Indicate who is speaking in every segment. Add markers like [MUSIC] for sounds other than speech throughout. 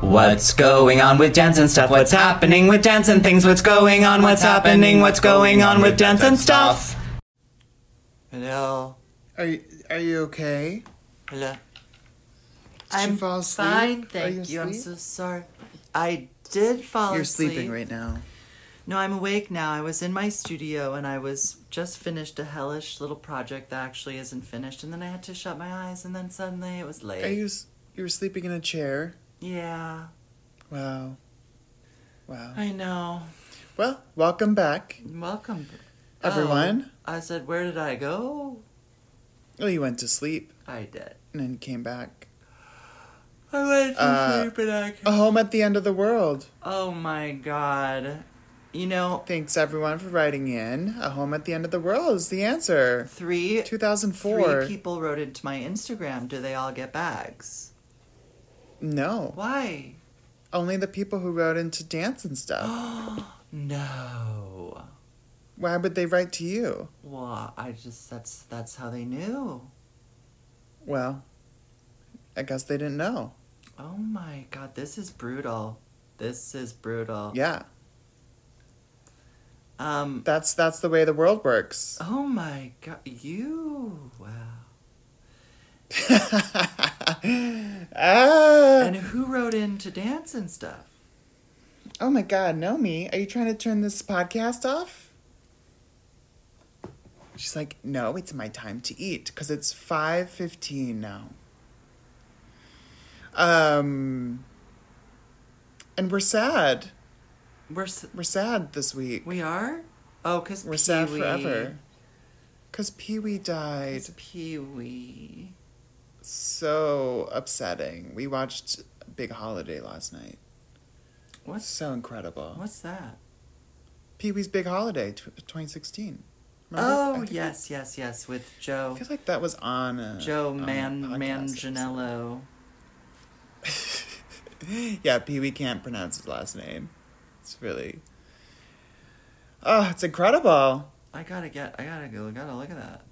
Speaker 1: What's going on with Jensen stuff? What's happening with Jensen things? What's going on? What's happening? What's going on with Jensen stuff?
Speaker 2: Hello.
Speaker 3: Are you, are you okay?
Speaker 2: oh, Hello.
Speaker 3: Did you
Speaker 2: I'm
Speaker 3: fall asleep?
Speaker 2: fine,
Speaker 3: Are
Speaker 2: thank
Speaker 3: you
Speaker 2: you. I'm so
Speaker 3: asleep?
Speaker 2: sorry. I did fall
Speaker 3: You're
Speaker 2: asleep.
Speaker 3: sleeping right now.
Speaker 2: No, I'm awake now. I was in my studio and I was just finished a hellish little project that actually isn't finished, and then I had to shut my eyes, and then suddenly it was late.
Speaker 3: Are you s- you were sleeping in a chair?
Speaker 2: Yeah,
Speaker 3: Wow. Wow.
Speaker 2: I know.
Speaker 3: Well, welcome back,
Speaker 2: Welcome, Oh,
Speaker 3: everyone.
Speaker 2: I said, where did I go?
Speaker 3: Oh, you went to sleep
Speaker 2: I did.
Speaker 3: and then came back.
Speaker 2: I went to
Speaker 3: Uh,
Speaker 2: sleep and I.
Speaker 3: A home at the end of the world.
Speaker 2: Oh my god. You know,
Speaker 3: Thanks everyone for writing in. A home at the end of the world is the answer.
Speaker 2: three three
Speaker 3: 2004.
Speaker 2: people wrote into my Instagram. Do they all get bags?
Speaker 3: no,
Speaker 2: Why? [GASPS]
Speaker 3: only the people who wrote into dance and stuff.
Speaker 2: No.
Speaker 3: Why would they write to you?
Speaker 2: Well, I just that's that's how they knew.
Speaker 3: Well, I guess they didn't know.
Speaker 2: Oh my god, this is brutal. This is brutal.
Speaker 3: Yeah,
Speaker 2: Um.
Speaker 3: that's that's the way the world works.
Speaker 2: Oh my god, you. Wow.
Speaker 3: ah!
Speaker 2: And who wrote in to dance and stuff?
Speaker 3: Oh my God, Nomi, are you trying to turn this podcast off? She's like, no, it's my time to eat because it's five fifteen now. Um, and we're sad.
Speaker 2: We're s-
Speaker 3: We're sad this week.
Speaker 2: we are. Oh, cause
Speaker 3: We're sad
Speaker 2: Pee-wee-
Speaker 3: forever. Cause Pee Wee died.
Speaker 2: It's Pee Wee.
Speaker 3: So upsetting. We watched Big Holiday last night.
Speaker 2: What's
Speaker 3: So incredible.
Speaker 2: what's that?
Speaker 3: Pee Wee's Big Holiday, tw 2016. I
Speaker 2: Oh
Speaker 3: think-
Speaker 2: yes, yes, yes. With
Speaker 3: I
Speaker 2: Joe,
Speaker 3: feel like that was on uh,
Speaker 2: Joe
Speaker 3: on a
Speaker 2: Man
Speaker 3: [LAUGHS] podcast episode.
Speaker 2: Manganiello.
Speaker 3: yeah, Pee Wee can't pronounce his last name. It's really. Oh, it's incredible.
Speaker 2: I gotta get. I gotta go. Gotta look at that.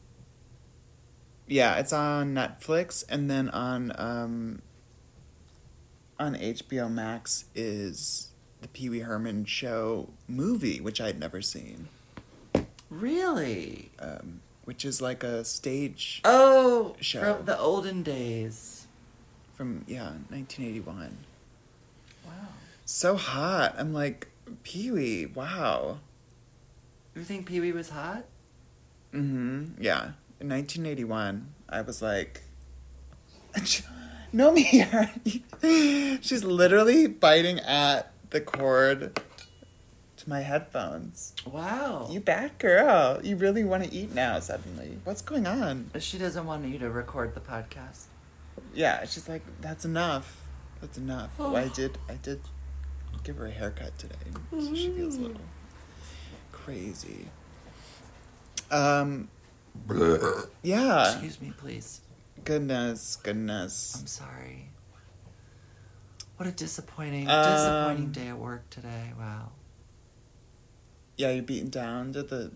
Speaker 3: Yeah, it's on Netflix, and then on um. On HBO Max is the Pee Wee Herman show movie, which I'd never seen,
Speaker 2: Really?
Speaker 3: um, which is like a stage
Speaker 2: Oh,
Speaker 3: Show.
Speaker 2: from the olden days.
Speaker 3: from yeah 1981.
Speaker 2: Wow.
Speaker 3: So hot. I'm like Pee Wee. Wow.
Speaker 2: You think Pee Wee was hot?
Speaker 3: hmm Yeah. In 1981, I was like, [LAUGHS] no, [LAUGHS] me. She's literally biting at the cord to my headphones.
Speaker 2: Wow.
Speaker 3: You back, girl. You really want to eat now, suddenly. What's going on?
Speaker 2: She doesn't want you to record the podcast.
Speaker 3: Yeah, she's like, that's enough. That's enough.
Speaker 2: Oh.
Speaker 3: I did, I did give her a haircut today, so she feels a little crazy. Um, yeah.
Speaker 2: Excuse me, please.
Speaker 3: Goodness, goodness.
Speaker 2: I'm sorry. What a disappointing,
Speaker 3: Um,
Speaker 2: disappointing day at work today. Wow.
Speaker 3: Yeah, you beaten down. Did the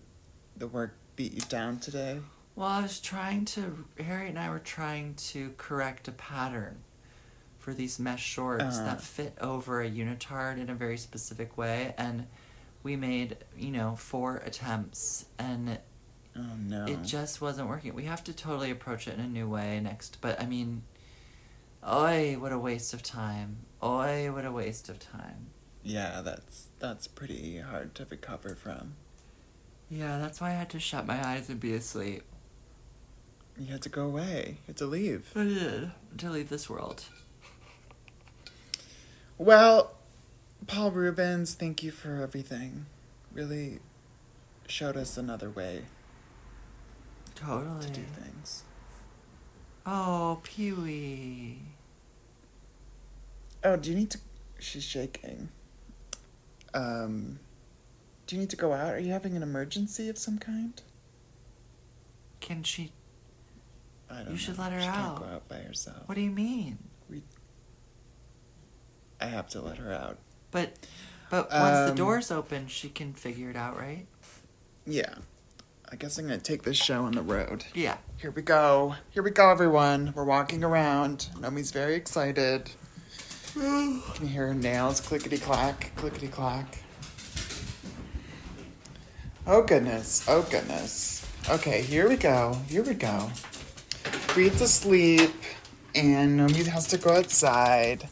Speaker 3: the work beat you down today?
Speaker 2: Well, I was trying to. Harriet and I were trying to correct a pattern for these mesh shorts
Speaker 3: Uh-huh.
Speaker 2: that fit over a unitard in a very specific way, and we made you know four attempts, and
Speaker 3: Oh no.
Speaker 2: it just wasn't working. We have to totally approach it in a new way next. But I mean, oi, what a waste of time! Oi, what a waste of time!
Speaker 3: yeah, that's that's pretty hard to recover from.
Speaker 2: Yeah, that's why I had to shut my eyes and be asleep.
Speaker 3: You had to go away. You had to leave.
Speaker 2: I did to leave this world.
Speaker 3: Well, Paul Rubens, thank you for everything. Really showed us another way
Speaker 2: Totally.
Speaker 3: to do things.
Speaker 2: Oh, Pee Wee.
Speaker 3: Oh, do you need to she's shaking. Um do you need to go out? Are you having an emergency of some kind?
Speaker 2: Can she?
Speaker 3: I don't
Speaker 2: You should
Speaker 3: know.
Speaker 2: let her
Speaker 3: she
Speaker 2: out.
Speaker 3: Can't go out by herself.
Speaker 2: What do you mean?
Speaker 3: I have to let her out.
Speaker 2: But, but once the
Speaker 3: Um,
Speaker 2: door's open, she can figure it out, right?
Speaker 3: Yeah. I guess I'm going to take this show on the road.
Speaker 2: Yeah.
Speaker 3: Here we go. Here we go, everyone. We're walking around. Nomi's very excited. Can you hear her nails clickety clack, clickety clack? Oh goodness, oh goodness. Okay, here we go, here we go. Breed's asleep, and Nomi has to go outside.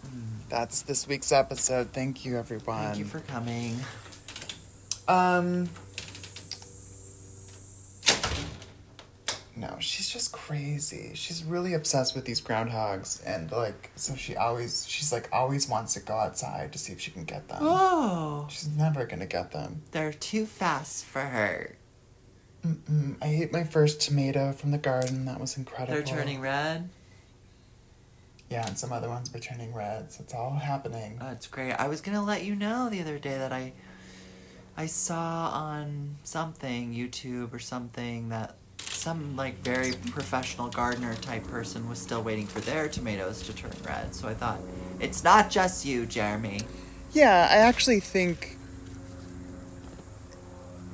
Speaker 3: That's this week's episode. Thank you, everyone.
Speaker 2: Thank you for coming.
Speaker 3: Um. No, she's just crazy. She's really obsessed with these groundhogs, and like, so she always, she's like, always wants to go outside to see if she can get them.
Speaker 2: Oh,
Speaker 3: She's never gonna get them.
Speaker 2: they're too fast for her.
Speaker 3: Mm, I ate my first tomato from the garden. That was incredible.
Speaker 2: They're turning red.
Speaker 3: Yeah, and some other ones were turning red. So it's all happening.
Speaker 2: Oh, it's great. I was gonna let you know the other day that I, I saw on something YouTube or something that some like very professional gardener type person was still waiting for their tomatoes to turn red. So I thought, it's not just you, Jeremy.
Speaker 3: Yeah, I actually think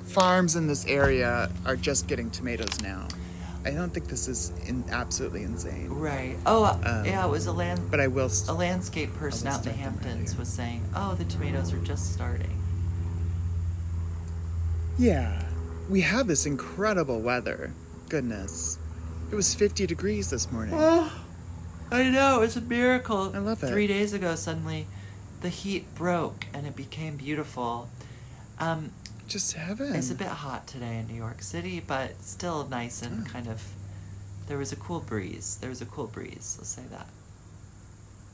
Speaker 3: farms in this area are just getting tomatoes now. I don't think this is in, absolutely insane.
Speaker 2: Right. Oh, uh,
Speaker 3: Um,
Speaker 2: yeah. It was a land.
Speaker 3: But I will.
Speaker 2: a
Speaker 3: St-
Speaker 2: landscape person out in the
Speaker 3: I'll just type them right
Speaker 2: Hamptons
Speaker 3: here.
Speaker 2: was saying, "Oh, the tomatoes are just starting."
Speaker 3: yeah, we have this incredible weather. Goodness, it was 50 degrees this morning.
Speaker 2: Oh, I know it's a miracle.
Speaker 3: I love it.
Speaker 2: Three days ago, suddenly, the heat broke and it became beautiful. Um,
Speaker 3: Just heaven.
Speaker 2: it's a bit hot today in New York City, but still nice and
Speaker 3: Oh.
Speaker 2: kind of. There was a cool breeze. There was a cool breeze. Let's say that.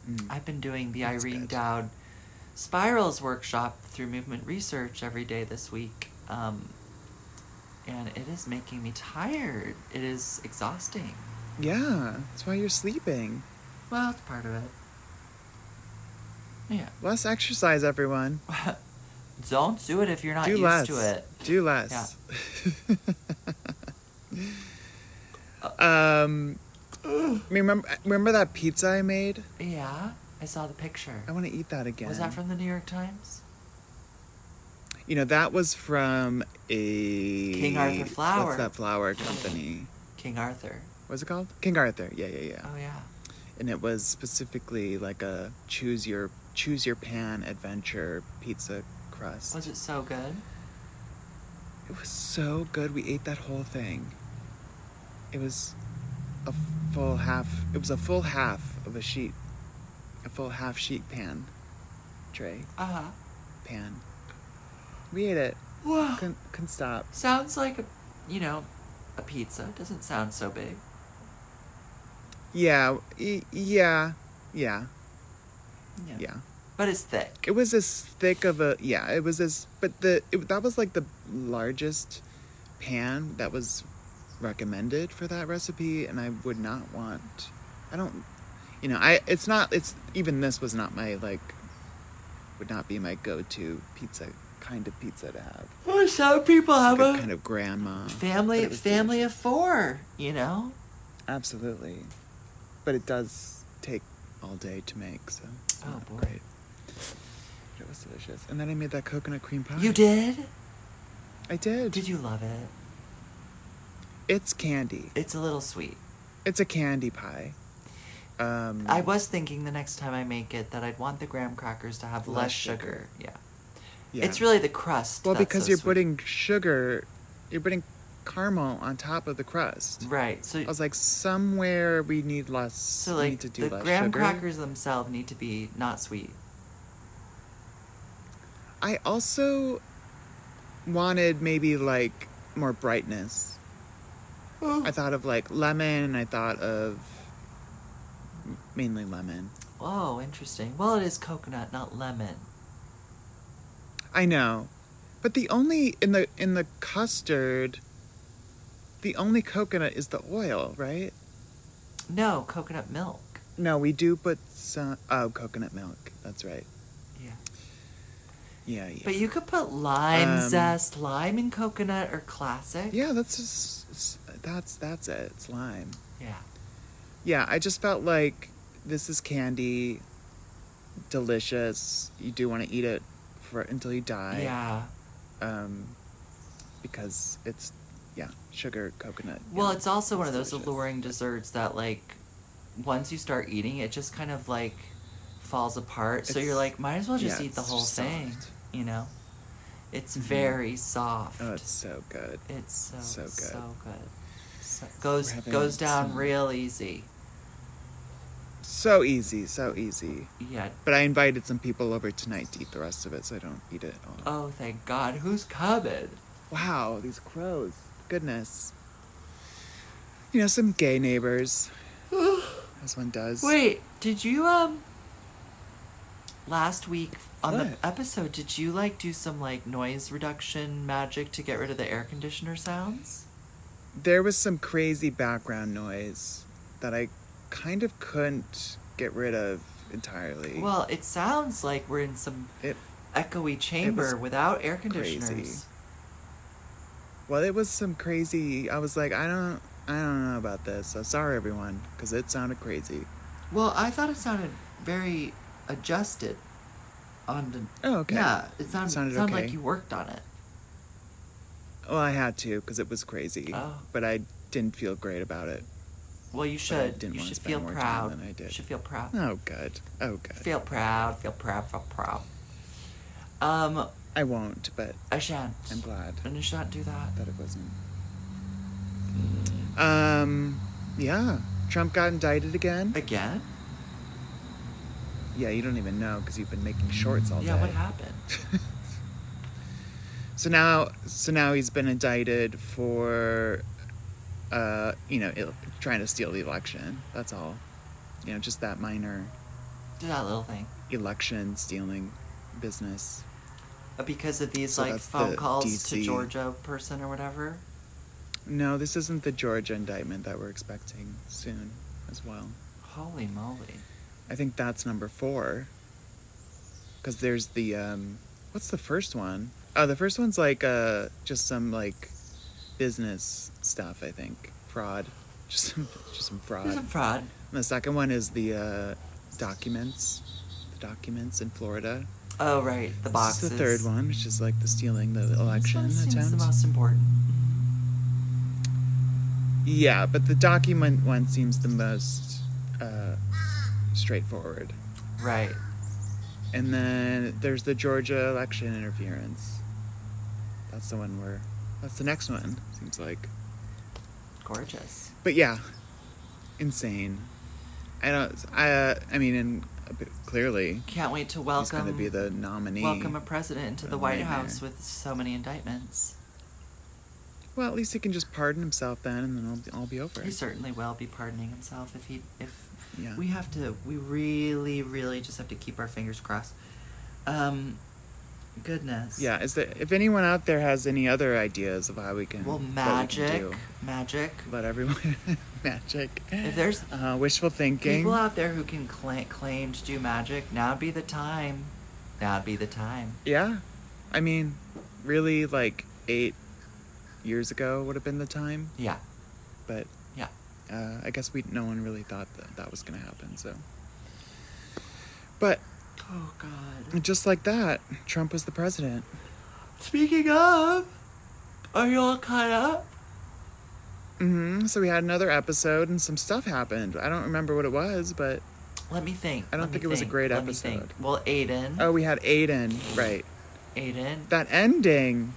Speaker 3: Mm.
Speaker 2: I've been doing the
Speaker 3: That's
Speaker 2: Irene
Speaker 3: good.
Speaker 2: Dowd Spirals workshop through movement research every day this week. Um, and it is making me tired. It is exhausting.
Speaker 3: yeah, that's why you're sleeping.
Speaker 2: Well, it's part of it. Yeah.
Speaker 3: Less exercise, everyone.
Speaker 2: [LAUGHS] Don't do it if you're not
Speaker 3: Do
Speaker 2: used
Speaker 3: less.
Speaker 2: to it.
Speaker 3: Do less. [LAUGHS]
Speaker 2: Uh,
Speaker 3: um, remember remember that pizza I made?
Speaker 2: Yeah, I saw the picture.
Speaker 3: I want to eat that again.
Speaker 2: Was that from the New York Times?
Speaker 3: You know, that was from a
Speaker 2: King Arthur flower.
Speaker 3: E, What's that flower company?
Speaker 2: King Arthur.
Speaker 3: What's it called? King Arthur. Yeah, yeah, yeah.
Speaker 2: Oh, yeah.
Speaker 3: And it was specifically like a choose your choose your pan adventure pizza crust.
Speaker 2: Was it so good?
Speaker 3: It was so good. We ate that whole thing. It was a full half. It was a full half of a sheet, a full half sheet pan, tray
Speaker 2: Uh huh.
Speaker 3: pan. We ate it.
Speaker 2: Wow.
Speaker 3: Couldn't, couldn't stop.
Speaker 2: Sounds like a, you know, a pizza. Doesn't sound so big.
Speaker 3: Yeah, y- yeah, yeah, yeah.
Speaker 2: But it's thick.
Speaker 3: It was as thick of a yeah. It was as but the it, that was like the largest pan that was recommended for that recipe, and I would not want. I don't, you know, I it's not it's even this was not my like would not be my go-to pizza kind of pizza to have.
Speaker 2: Oh, some people have
Speaker 3: Like a
Speaker 2: a
Speaker 3: kind of grandma but
Speaker 2: family
Speaker 3: it was
Speaker 2: family
Speaker 3: delicious.
Speaker 2: of four, you know?
Speaker 3: Absolutely, but it does take all day to make, so it's
Speaker 2: Oh,
Speaker 3: not
Speaker 2: boy.
Speaker 3: great. But It was delicious, and then I made that coconut cream pie.
Speaker 2: You did?
Speaker 3: I did.
Speaker 2: Did you love it?
Speaker 3: It's candy.
Speaker 2: It's a little sweet.
Speaker 3: It's a candy pie. Um,
Speaker 2: I was thinking the next time I make it that I'd want the graham crackers to have less,
Speaker 3: Less
Speaker 2: sugar. Yeah.
Speaker 3: yeah.
Speaker 2: It's really the crust.
Speaker 3: well
Speaker 2: that's
Speaker 3: because
Speaker 2: so
Speaker 3: you're
Speaker 2: sweet.
Speaker 3: putting sugar, you're putting caramel on top of the crust.
Speaker 2: Right. So
Speaker 3: I was like, somewhere we need less.
Speaker 2: so
Speaker 3: we
Speaker 2: like
Speaker 3: need to do
Speaker 2: the
Speaker 3: less
Speaker 2: graham
Speaker 3: sugar.
Speaker 2: crackers themselves need to be not sweet.
Speaker 3: I also wanted maybe like more brightness. I thought of like lemon, and I thought of mainly lemon.
Speaker 2: Oh, interesting. Well, it is coconut, not lemon.
Speaker 3: I know. But the only in the in the custard the only coconut is the oil, right?
Speaker 2: No, coconut milk.
Speaker 3: No, we do put some oh coconut milk. That's right.
Speaker 2: Yeah.
Speaker 3: Yeah, yeah.
Speaker 2: But you could put lime
Speaker 3: Um,
Speaker 2: zest, lime and coconut or classic.
Speaker 3: yeah, that's just s- that's that's it. It's lime.
Speaker 2: Yeah.
Speaker 3: Yeah, I just felt like this is candy, delicious. You do want to eat it for until you die.
Speaker 2: yeah.
Speaker 3: Um, because it's yeah sugar coconut.
Speaker 2: Well,
Speaker 3: yeah,
Speaker 2: it's also one of those
Speaker 3: delicious.
Speaker 2: alluring desserts that, like, once you start eating, it just kind of like falls apart. so
Speaker 3: It's-
Speaker 2: you're like, might as well just
Speaker 3: yeah,
Speaker 2: eat the
Speaker 3: it's
Speaker 2: whole
Speaker 3: just
Speaker 2: thing.
Speaker 3: soft. Mm-hmm.
Speaker 2: You know, it's very soft.
Speaker 3: Oh, it's so good.
Speaker 2: It's so
Speaker 3: so good.
Speaker 2: so good. So, goes
Speaker 3: We're having
Speaker 2: goes down
Speaker 3: some-
Speaker 2: real easy.
Speaker 3: So easy, so easy.
Speaker 2: Yeah.
Speaker 3: But I invited some people over tonight to eat the rest of it, so I don't eat it all.
Speaker 2: Oh, thank God. Who's coming?
Speaker 3: Wow, these crows. Goodness. You know, some
Speaker 2: [GASPS]
Speaker 3: gay neighbors. as one does.
Speaker 2: Wait, did you um last week on
Speaker 3: What?
Speaker 2: the episode did you like do some like noise reduction magic to get rid of the air conditioner sounds?
Speaker 3: There was some crazy background noise that I kind of couldn't get rid of entirely.
Speaker 2: Well, it sounds like we're in some
Speaker 3: it
Speaker 2: echoey chamber without air conditioners.
Speaker 3: crazy. well, it was some crazy. I was like, I don't, I don't know about this. So sorry, everyone, because it sounded crazy.
Speaker 2: Well, I thought it sounded very adjusted on the
Speaker 3: Oh, okay.
Speaker 2: Yeah, it sounded,
Speaker 3: Sounded
Speaker 2: sounded
Speaker 3: okay.
Speaker 2: like you worked on it.
Speaker 3: Well, I had to because it was crazy,
Speaker 2: Oh.
Speaker 3: but I didn't feel great about it.
Speaker 2: Well, you
Speaker 3: I
Speaker 2: should.
Speaker 3: didn't
Speaker 2: you
Speaker 3: wanna
Speaker 2: should
Speaker 3: spend
Speaker 2: feel
Speaker 3: more time
Speaker 2: proud.
Speaker 3: than I did.
Speaker 2: You should feel proud.
Speaker 3: Oh, good. Oh, good.
Speaker 2: Feel proud. Feel proud. Feel proud. Um,
Speaker 3: I won't, but
Speaker 2: I shan't.
Speaker 3: I'm glad
Speaker 2: And I shan't do that.
Speaker 3: that it wasn't.
Speaker 2: Mm.
Speaker 3: Um, yeah. Trump got indicted again.
Speaker 2: Again?
Speaker 3: Yeah, you don't even know because you've been making shorts all
Speaker 2: yeah.
Speaker 3: day.
Speaker 2: What happened?
Speaker 3: [LAUGHS] So now, so now he's been indicted for, uh, you know, il- trying to steal the election. That's all. You know, just that minor
Speaker 2: Do that little thing.
Speaker 3: election stealing business.
Speaker 2: Uh, Because of these
Speaker 3: So
Speaker 2: like
Speaker 3: that's
Speaker 2: phone
Speaker 3: the
Speaker 2: calls to
Speaker 3: DC.
Speaker 2: Georgia person or whatever.
Speaker 3: No, this isn't the Georgia indictment that we're expecting soon as well.
Speaker 2: Holy moly!
Speaker 3: I think that's number four. Because there's the um, what's the first one? Oh, the first one's like uh, just some like business stuff. I think fraud, [LAUGHS] just some, just some fraud.
Speaker 2: He's a fraud.
Speaker 3: And the second one is the uh, documents, the documents in Florida.
Speaker 2: Oh right, the boxes.
Speaker 3: This is the third one, which is like the stealing the
Speaker 2: This
Speaker 3: election
Speaker 2: one seems
Speaker 3: attempt.
Speaker 2: the most important.
Speaker 3: Yeah, but the document one seems the most uh, straightforward.
Speaker 2: Right.
Speaker 3: And then there's the Georgia election interference. That's the one where. That's the next one, seems like.
Speaker 2: Gorgeous.
Speaker 3: But yeah, insane. I don't. I. Uh, I mean, and a bit- clearly,
Speaker 2: Can't wait to
Speaker 3: he's
Speaker 2: welcome.
Speaker 3: going to be the nominee.
Speaker 2: Welcome a president into
Speaker 3: A
Speaker 2: the White
Speaker 3: nightmare.
Speaker 2: House with so many indictments.
Speaker 3: Well, at least he can just pardon himself then, and then I'll, I'll be over.
Speaker 2: He
Speaker 3: it.
Speaker 2: certainly will be pardoning himself if he if
Speaker 3: Yeah.
Speaker 2: we have to we really really just have to keep our fingers crossed. Um, goodness.
Speaker 3: Yeah. Is there? If anyone out there has any other ideas of how we can,
Speaker 2: Well,
Speaker 3: what we can
Speaker 2: magic,
Speaker 3: do,
Speaker 2: magic.
Speaker 3: Let everyone [LAUGHS] magic.
Speaker 2: If there's
Speaker 3: uh, wishful thinking.
Speaker 2: people out there who can cla claim to do magic, now'd be the time. Now'd be the time.
Speaker 3: yeah, I mean, really, like eight years ago would have been the time,
Speaker 2: Yeah.
Speaker 3: but
Speaker 2: Yeah.
Speaker 3: uh, I guess we no one really thought that that was gonna happen. So, but
Speaker 2: Oh God.
Speaker 3: just like that, Trump was the president.
Speaker 2: Speaking of, are you all caught up?
Speaker 3: hmm So we had another episode, and some stuff happened. I don't remember what it was, but
Speaker 2: Let me think.
Speaker 3: I don't
Speaker 2: Let me
Speaker 3: think it was a great
Speaker 2: Let me think.
Speaker 3: episode.
Speaker 2: Well, Aiden.
Speaker 3: oh, we had Aiden. Right.
Speaker 2: Aiden.
Speaker 3: That ending.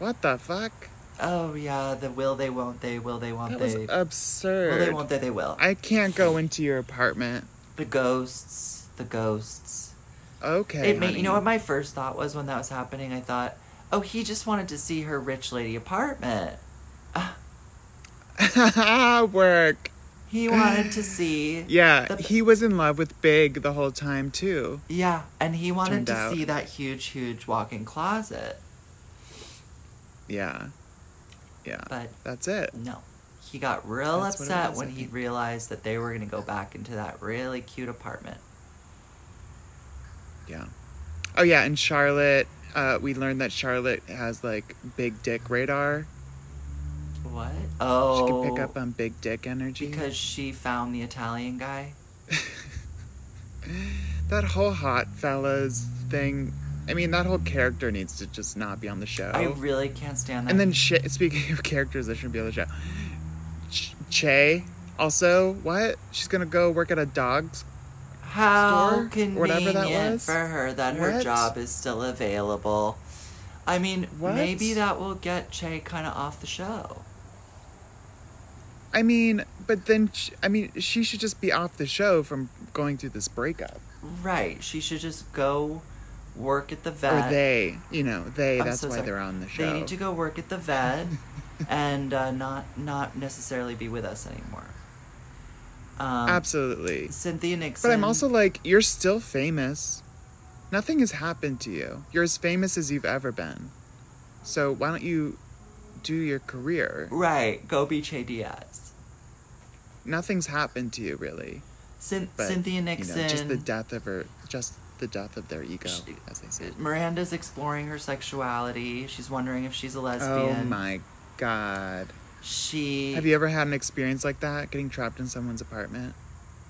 Speaker 3: What the fuck?
Speaker 2: Oh yeah, the will they won't they will they won't
Speaker 3: That was
Speaker 2: they
Speaker 3: absurd.
Speaker 2: will they won't they they will.
Speaker 3: I can't go into your apartment.
Speaker 2: the ghosts, the ghosts.
Speaker 3: Okay.
Speaker 2: it made you know what
Speaker 3: honey.
Speaker 2: my first thought was when that was happening. I thought, oh, he just wanted to see her rich lady apartment.
Speaker 3: [LAUGHS] work. [GASPS]
Speaker 2: He wanted to see.
Speaker 3: Yeah,
Speaker 2: the-
Speaker 3: he was in love with Big the whole time too.
Speaker 2: yeah, and he wanted
Speaker 3: Turned
Speaker 2: to
Speaker 3: out.
Speaker 2: see that huge, huge walk-in closet.
Speaker 3: Yeah. Yeah.
Speaker 2: But
Speaker 3: That's it.
Speaker 2: no, he got real
Speaker 3: That's what it
Speaker 2: upset
Speaker 3: was,
Speaker 2: when
Speaker 3: I
Speaker 2: he
Speaker 3: think.
Speaker 2: realized that they were going to go back into that really cute apartment.
Speaker 3: Yeah. Oh yeah, and Charlotte uh, we learned that Charlotte has like big dick radar.
Speaker 2: What? Oh,
Speaker 3: She can pick up on big dick energy.
Speaker 2: because she found the Italian guy.
Speaker 3: [LAUGHS] that whole hot fellas thing. I mean, that whole character needs to just not be on the show.
Speaker 2: I really can't stand that.
Speaker 3: Oh. and then Shay, [LAUGHS] speaking of characters that shouldn't be on the show, Ch- Che also what? She's gonna go work at a dog's
Speaker 2: How
Speaker 3: store, whatever
Speaker 2: convenient
Speaker 3: that was.
Speaker 2: for her that her
Speaker 3: What?
Speaker 2: job is still available. I mean,
Speaker 3: What?
Speaker 2: maybe that will get Che kind of off the show.
Speaker 3: I mean, but then sh I mean, she should just be off the show from going through this breakup.
Speaker 2: Right. She should just go work at the vet.
Speaker 3: or they, you know, they.
Speaker 2: I'm
Speaker 3: that's
Speaker 2: so
Speaker 3: why
Speaker 2: sorry.
Speaker 3: they're on the show.
Speaker 2: They need to go work at the
Speaker 3: [LAUGHS]
Speaker 2: vet and uh, not not necessarily be with us anymore. Um,
Speaker 3: Absolutely.
Speaker 2: Cynthia Nixon.
Speaker 3: But I'm also like, you're still famous. Nothing has happened to you. You're as famous as you've ever been. So why don't you do your career?
Speaker 2: right. Go be Che Diaz.
Speaker 3: Nothing's happened to you really.
Speaker 2: Cyn-
Speaker 3: But,
Speaker 2: Cynthia Nixon.
Speaker 3: You know, just the death of her. Just the death of their ego,
Speaker 2: She-
Speaker 3: as they say.
Speaker 2: Miranda's exploring her sexuality. She's wondering if she's a
Speaker 3: Oh
Speaker 2: lesbian.
Speaker 3: my god.
Speaker 2: She.
Speaker 3: Have you ever had an experience like that? Getting trapped in someone's apartment?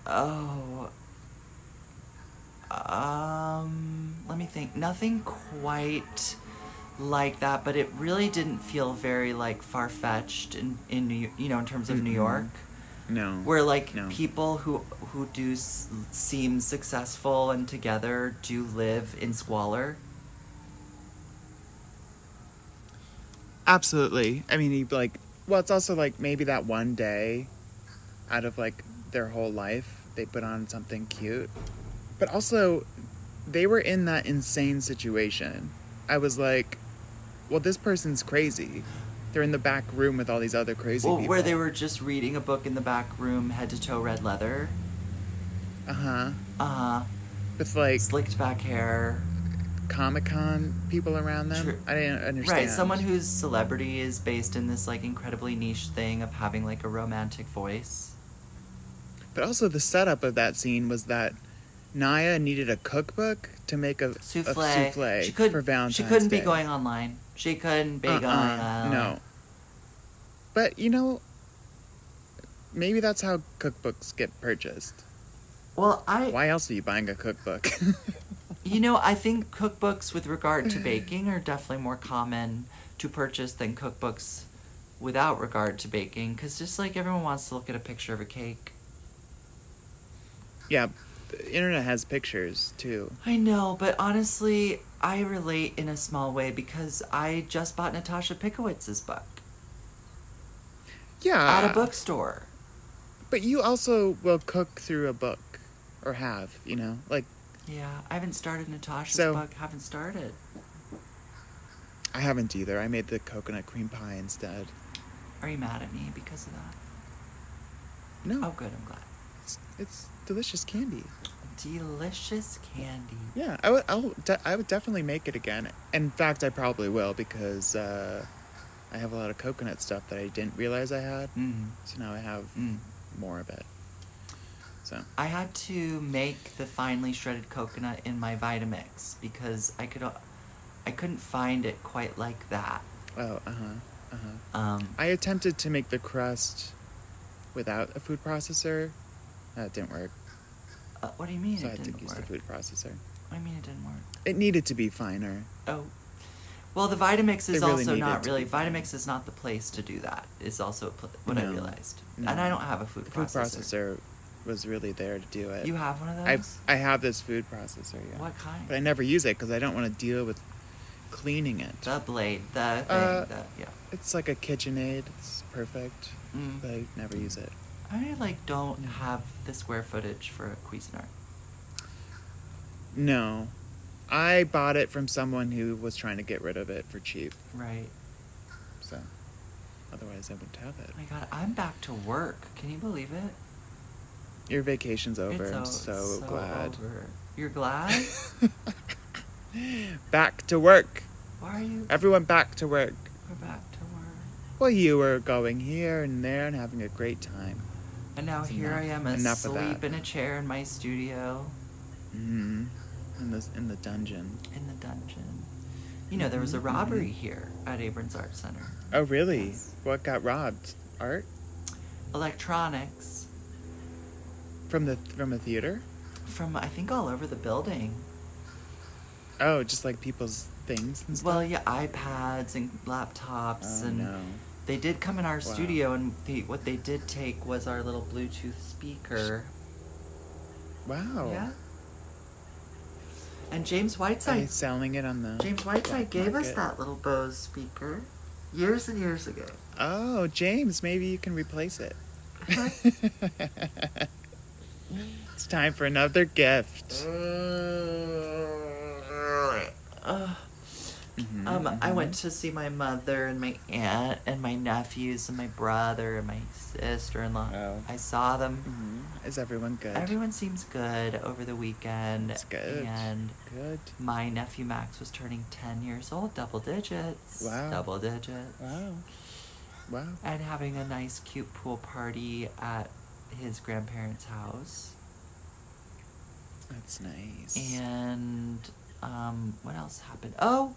Speaker 2: Oh. Um, let me think. Nothing quite like that, but it really didn't feel very like far fetched in in New, you know in terms of New
Speaker 3: Mm-mm.
Speaker 2: York,
Speaker 3: No.
Speaker 2: where like
Speaker 3: No.
Speaker 2: people who who do s- seem successful and together do live in squalor.
Speaker 3: Absolutely. I mean, he like. Well, it's also like maybe that one day, out of like their whole life, they put on something cute. But also, they were in that insane situation. I was like, well, this person's crazy. They're in the back room with all these other crazy
Speaker 2: Well,
Speaker 3: people.
Speaker 2: where they were just reading a book in the back room, head to toe red leather,
Speaker 3: Uh huh.
Speaker 2: uh,
Speaker 3: With like
Speaker 2: slicked back hair,
Speaker 3: Comic Con people around them.
Speaker 2: True.
Speaker 3: I didn't understand.
Speaker 2: Right, someone whose celebrity is based in this like incredibly niche thing of having like a romantic voice.
Speaker 3: But also the setup of that scene was that Naya needed a cookbook to make a a
Speaker 2: Souffle.
Speaker 3: souffle
Speaker 2: she could
Speaker 3: for Valentine's
Speaker 2: She couldn't
Speaker 3: Day.
Speaker 2: be going online. She couldn't be going uh,
Speaker 3: Uh-uh,
Speaker 2: online.
Speaker 3: No. But you know, maybe that's how cookbooks get purchased.
Speaker 2: Well, I
Speaker 3: Why else are you buying a cookbook? [LAUGHS]
Speaker 2: you know, I think cookbooks with regard to
Speaker 3: [SIGHS]
Speaker 2: baking are definitely more common to purchase than cookbooks without regard to baking cuz just like everyone wants to look at a picture of a cake.
Speaker 3: yeah, the internet has pictures too.
Speaker 2: I know, but honestly, I relate in a small way because I just bought Natasha Pickowitz's book
Speaker 3: Yeah.
Speaker 2: at a bookstore.
Speaker 3: But you also will cook through a book or have, you know? Like
Speaker 2: Yeah, I haven't started Natasha's
Speaker 3: So-
Speaker 2: book. Haven't started.
Speaker 3: I haven't either. I made the coconut cream pie instead.
Speaker 2: Are you mad at me because of that?
Speaker 3: No.
Speaker 2: Oh, good. I'm glad.
Speaker 3: It's, it's delicious candy.
Speaker 2: Delicious candy.
Speaker 3: Yeah, I would. I'll de- I would definitely make it again. In fact, I probably will because uh, I have a lot of coconut stuff that I didn't realize I had.
Speaker 2: Mm.
Speaker 3: So now I have
Speaker 2: Mm.
Speaker 3: more of it. So
Speaker 2: I had to make the finely shredded coconut in my Vitamix because I could, o- I couldn't find it quite like that.
Speaker 3: oh, uh huh, uh huh.
Speaker 2: Um,
Speaker 3: I attempted to make the crust without a food processor. That didn't work,
Speaker 2: uh, what do you mean
Speaker 3: so I
Speaker 2: it
Speaker 3: had to
Speaker 2: didn't
Speaker 3: use
Speaker 2: work?
Speaker 3: the food processor.
Speaker 2: What do you mean it didn't work?
Speaker 3: It needed to be finer.
Speaker 2: Oh. Well, the Vitamix is
Speaker 3: They really
Speaker 2: also
Speaker 3: need it
Speaker 2: not
Speaker 3: to
Speaker 2: really.
Speaker 3: be fine.
Speaker 2: Vitamix is not the place to do that. It's also a pl- what I
Speaker 3: No.
Speaker 2: realized,
Speaker 3: No.
Speaker 2: and I don't have a food
Speaker 3: The food
Speaker 2: processor.
Speaker 3: processor was really there to do it.
Speaker 2: You have one of those?
Speaker 3: I I have this food processor. Yeah.
Speaker 2: What kind?
Speaker 3: But I never use it because I don't want to deal with cleaning it.
Speaker 2: The blade, the thing,
Speaker 3: Uh,
Speaker 2: the, yeah.
Speaker 3: It's like a KitchenAid. It's perfect,
Speaker 2: Mm.
Speaker 3: but I never use it.
Speaker 2: I like don't have the square footage for a Cuisinart.
Speaker 3: No, I bought it from someone who was trying to get rid of it for cheap.
Speaker 2: Right.
Speaker 3: So, otherwise, I wouldn't have it.
Speaker 2: Oh my god, I'm back to work. Can you believe it?
Speaker 3: Your vacation's over.
Speaker 2: It's
Speaker 3: I'm
Speaker 2: o-
Speaker 3: so, glad.
Speaker 2: Over. You're
Speaker 3: [LAUGHS]
Speaker 2: glad?
Speaker 3: back to work.
Speaker 2: Why are you?
Speaker 3: Everyone, back to work.
Speaker 2: We're back to work.
Speaker 3: Well, you were going here and there and having a great time.
Speaker 2: And now
Speaker 3: It's
Speaker 2: here I
Speaker 3: enough.
Speaker 2: am
Speaker 3: Enough of
Speaker 2: asleep
Speaker 3: that.
Speaker 2: in a chair in my studio.
Speaker 3: Mm-hmm. In this, in the dungeon.
Speaker 2: in the dungeon. You know, there was
Speaker 3: Mm-hmm.
Speaker 2: a robbery here at Abrams Art Center.
Speaker 3: Oh, really?
Speaker 2: Yes.
Speaker 3: What got robbed? Art
Speaker 2: Electronics
Speaker 3: from the from a theater?
Speaker 2: from, I think, all over the building.
Speaker 3: Oh, just like people's things and stuff.
Speaker 2: Well, yeah, iPads and laptops,
Speaker 3: Oh,
Speaker 2: and
Speaker 3: no.
Speaker 2: they did come in our
Speaker 3: Wow.
Speaker 2: studio, and the, what they did take was our little Bluetooth speaker.
Speaker 3: Wow.
Speaker 2: Yeah. And James
Speaker 3: Are
Speaker 2: Whiteside
Speaker 3: they selling it on the?
Speaker 2: James Whiteside
Speaker 3: black
Speaker 2: gave us
Speaker 3: market?
Speaker 2: that little Bose speaker years and years
Speaker 3: [LAUGHS]
Speaker 2: ago. [LAUGHS]
Speaker 3: Oh, James, maybe you can replace it. [LAUGHS] it's time for another gift.
Speaker 2: Ugh.
Speaker 3: Mm-hmm.
Speaker 2: Um, I went to see my mother and my aunt and my nephews and my brother and my sister-in-law.
Speaker 3: Oh.
Speaker 2: I saw them.
Speaker 3: Mhm. Is everyone good?
Speaker 2: Everyone seems good over the weekend.
Speaker 3: That's good.
Speaker 2: And
Speaker 3: Good.
Speaker 2: my nephew Max was turning ten years old, double digits.
Speaker 3: Wow.
Speaker 2: Double digits.
Speaker 3: Wow. Wow.
Speaker 2: and having a nice cute pool party at his grandparents' house.
Speaker 3: That's nice.
Speaker 2: And um, what else happened? Oh,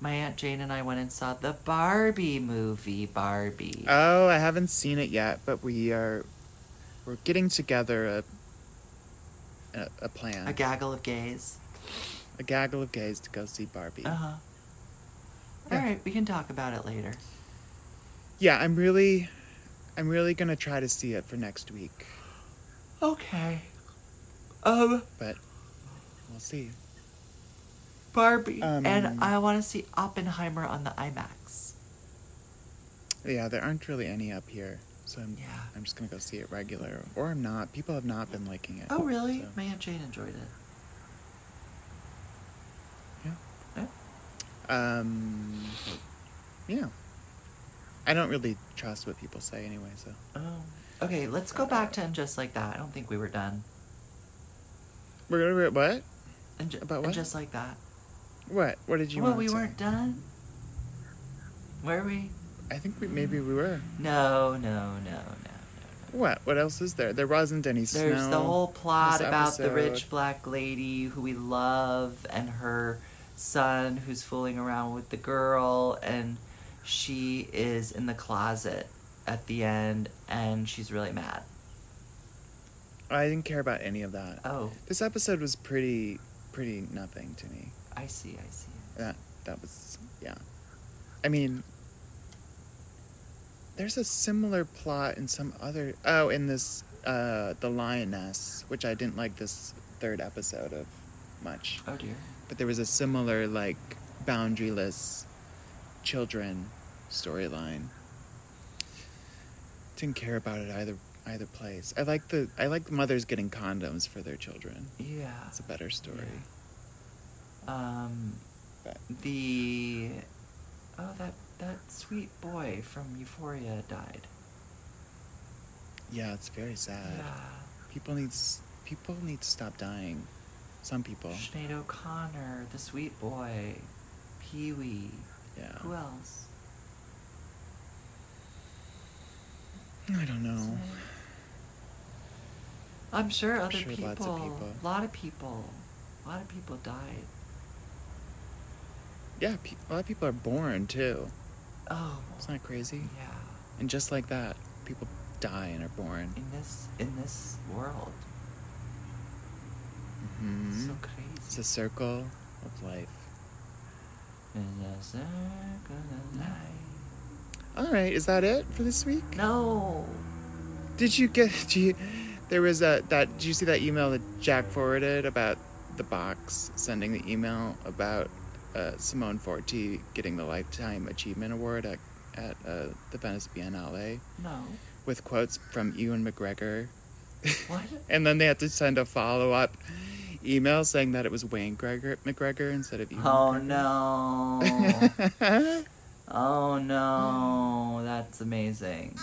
Speaker 2: my aunt Jane and I went and saw the Barbie movie, Barbie.
Speaker 3: Oh, I haven't seen it yet, but we are we're getting together a a, a plan.
Speaker 2: a gaggle of gays.
Speaker 3: A gaggle of gays to go see Barbie.
Speaker 2: Uh huh.
Speaker 3: Yeah.
Speaker 2: All right, we can talk about it later.
Speaker 3: Yeah, I'm really I'm really going to try to see it for next week,
Speaker 2: Okay. Um,
Speaker 3: but we'll see.
Speaker 2: Barbie.
Speaker 3: Um,
Speaker 2: and I want to see Oppenheimer on the IMAX.
Speaker 3: Yeah, there aren't really any up here, so I'm
Speaker 2: Yeah.
Speaker 3: I'm just gonna go see it regular, or I'm not. People have not been liking it.
Speaker 2: Oh, really?
Speaker 3: so,
Speaker 2: My aunt Jane enjoyed it.
Speaker 3: yeah.
Speaker 2: Yeah.
Speaker 3: Um. Yeah. I don't really trust what people say anyway, so
Speaker 2: Oh. Okay, let's
Speaker 3: uh,
Speaker 2: go back to and just like that. I don't think we were done.
Speaker 3: we're gonna re- what?
Speaker 2: And, ju-
Speaker 3: About
Speaker 2: and
Speaker 3: what?
Speaker 2: just like that.
Speaker 3: What? What did you
Speaker 2: well,
Speaker 3: want?
Speaker 2: we
Speaker 3: to say?
Speaker 2: weren't done. Were we?
Speaker 3: I think we maybe we were.
Speaker 2: No, no, no, no, no. no.
Speaker 3: What? What else is there? There wasn't any snow.
Speaker 2: There's the whole plot
Speaker 3: this
Speaker 2: about the rich
Speaker 3: episode.
Speaker 2: black lady who we love and her son who's fooling around with the girl, and she is in the closet at the end, and she's really mad.
Speaker 3: I didn't care about any of that.
Speaker 2: Oh,
Speaker 3: This episode was pretty, pretty nothing to me.
Speaker 2: I see, I see.
Speaker 3: That that was yeah. I mean, there's a similar plot in some other oh in this uh the lioness which I didn't like this third episode of much,
Speaker 2: Oh dear.
Speaker 3: but there was a similar like boundaryless children storyline. Didn't care about it either either place. I like the I like mothers getting condoms for their children.
Speaker 2: Yeah.
Speaker 3: It's a better story.
Speaker 2: Um,
Speaker 3: But
Speaker 2: the oh that that sweet boy from Euphoria died.
Speaker 3: yeah, it's very sad.
Speaker 2: yeah,
Speaker 3: People need s- people need to stop dying. Some people.
Speaker 2: Sinead O'Connor, the sweet boy, Pee Wee.
Speaker 3: Yeah.
Speaker 2: Who else?
Speaker 3: I don't know.
Speaker 2: I'm sure other
Speaker 3: sure
Speaker 2: people,
Speaker 3: lots of people.
Speaker 2: A lot of people. A lot of people died.
Speaker 3: Yeah, pe- a lot of people are born too.
Speaker 2: Oh.
Speaker 3: It's not crazy.
Speaker 2: yeah.
Speaker 3: And just like that, people die and are born.
Speaker 2: In this in this world,
Speaker 3: hmm
Speaker 2: Mm-hmm. so crazy.
Speaker 3: It's a circle of life.
Speaker 2: in the circle of life.
Speaker 3: All right, is that it for this week?
Speaker 2: No.
Speaker 3: Did you get? Do you, there was a that. Did you see that email that Jack forwarded about the box sending the email about uh, Simone Forti getting the Lifetime Achievement Award at at uh, the Venice Biennale
Speaker 2: No.
Speaker 3: with quotes from Ewan McGregor,
Speaker 2: What?
Speaker 3: [LAUGHS] and then they had to send a follow up email saying that it was Wayne Gregor, McGregor instead of Ewan.
Speaker 2: Oh
Speaker 3: McGregor.
Speaker 2: no.
Speaker 3: [LAUGHS]
Speaker 2: Oh
Speaker 3: Mm.
Speaker 2: no, that's amazing.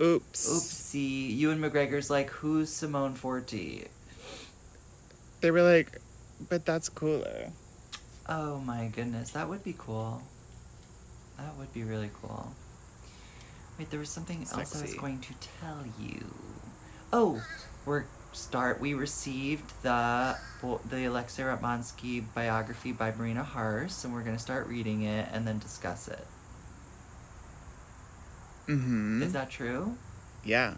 Speaker 3: Oops.
Speaker 2: Oopsie. Ewan McGregor's like, who's Simone Forti?
Speaker 3: They were like, but that's cooler.
Speaker 2: Oh my goodness, that would be cool. That would be really cool. Wait, there was something else I was
Speaker 3: Sexy.
Speaker 2: going to tell you. Oh, we're start. We received the well, the Alexei Ratmansky biography by Marina Harse, and we're gonna start reading it and then discuss it. Is
Speaker 3: Mm-hmm.
Speaker 2: that true?
Speaker 3: yeah.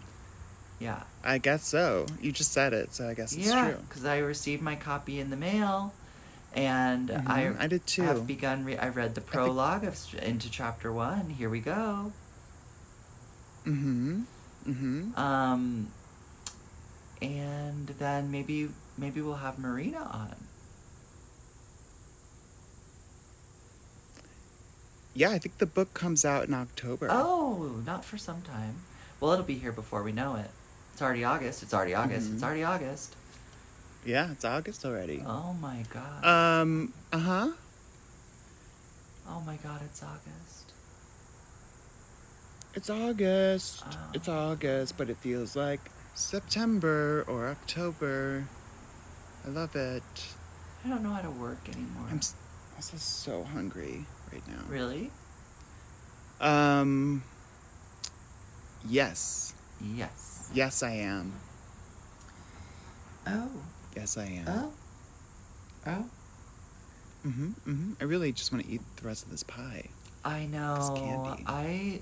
Speaker 2: Yeah.
Speaker 3: I guess so. You just said it, so I guess it's
Speaker 2: yeah,
Speaker 3: true.
Speaker 2: because I received my copy in the mail, and
Speaker 3: Mhm,
Speaker 2: I
Speaker 3: I did too.
Speaker 2: Have begun. Re- I read the prologue of s into chapter one. Here we go.
Speaker 3: Mm-hmm. Mm-hmm.
Speaker 2: Um, and then maybe maybe we'll have Marina on.
Speaker 3: Yeah, I think the book comes out in October.
Speaker 2: Oh, not for some time. Well, it'll be here before we know it. It's already August. It's already August.
Speaker 3: Mhm.
Speaker 2: It's already August.
Speaker 3: Yeah, it's August already.
Speaker 2: Oh my god.
Speaker 3: Um, uh huh.
Speaker 2: oh my god, it's August.
Speaker 3: It's August.
Speaker 2: Oh.
Speaker 3: It's August, but it feels like September or October. I love it.
Speaker 2: I don't know how to work anymore.
Speaker 3: I'm s- also so hungry right now.
Speaker 2: really?
Speaker 3: Um, yes.
Speaker 2: Yes.
Speaker 3: Yes, I am.
Speaker 2: Oh.
Speaker 3: Yes, I am.
Speaker 2: Oh. Oh.
Speaker 3: Mm-hmm, mm-hmm. I really just want to eat the rest of this pie.
Speaker 2: I know.
Speaker 3: candy.
Speaker 2: I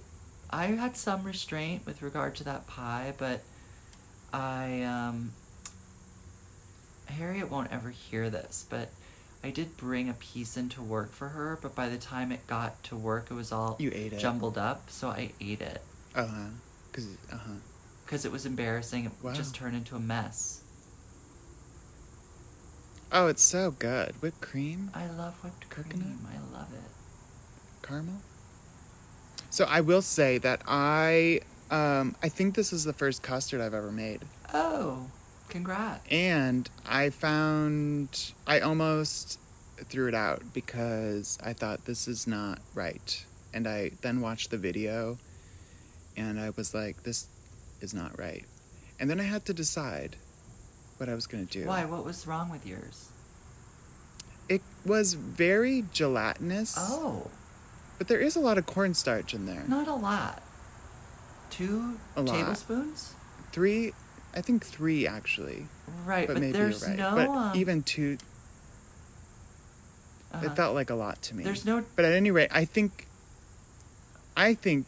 Speaker 2: I had some restraint with regard to that pie, but I um Harriet won't ever hear this, but I did bring a piece into work for her, but by the time it got to work, it was all
Speaker 3: You ate it.
Speaker 2: jumbled up, so I ate it
Speaker 3: Uh huh. Cause uh huh.
Speaker 2: because it was embarrassing. It
Speaker 3: Wow.
Speaker 2: just turned into a mess.
Speaker 3: Oh, it's so good. Whipped cream,
Speaker 2: I love whipped cream.
Speaker 3: Coconut?
Speaker 2: I love it.
Speaker 3: caramel. So I will say that I, um, I think this is the first custard I've ever made,
Speaker 2: Oh, congrats.
Speaker 3: and I found I almost threw it out because I thought this is not right, and I then watched the video, and I was like, this is not right, and then I had to decide what I was gonna do.
Speaker 2: Why? What was wrong with yours?
Speaker 3: It was very gelatinous.
Speaker 2: Oh.
Speaker 3: But there is a lot of cornstarch in there.
Speaker 2: Not a lot. Two
Speaker 3: A lot.
Speaker 2: tablespoons?
Speaker 3: Three, I think three actually.
Speaker 2: Right, but,
Speaker 3: but, maybe you're
Speaker 2: there's
Speaker 3: right.
Speaker 2: no
Speaker 3: but
Speaker 2: um,
Speaker 3: even 2
Speaker 2: uh-huh.
Speaker 3: it felt like a lot to me.
Speaker 2: There's no-
Speaker 3: But at any rate, I think. I think,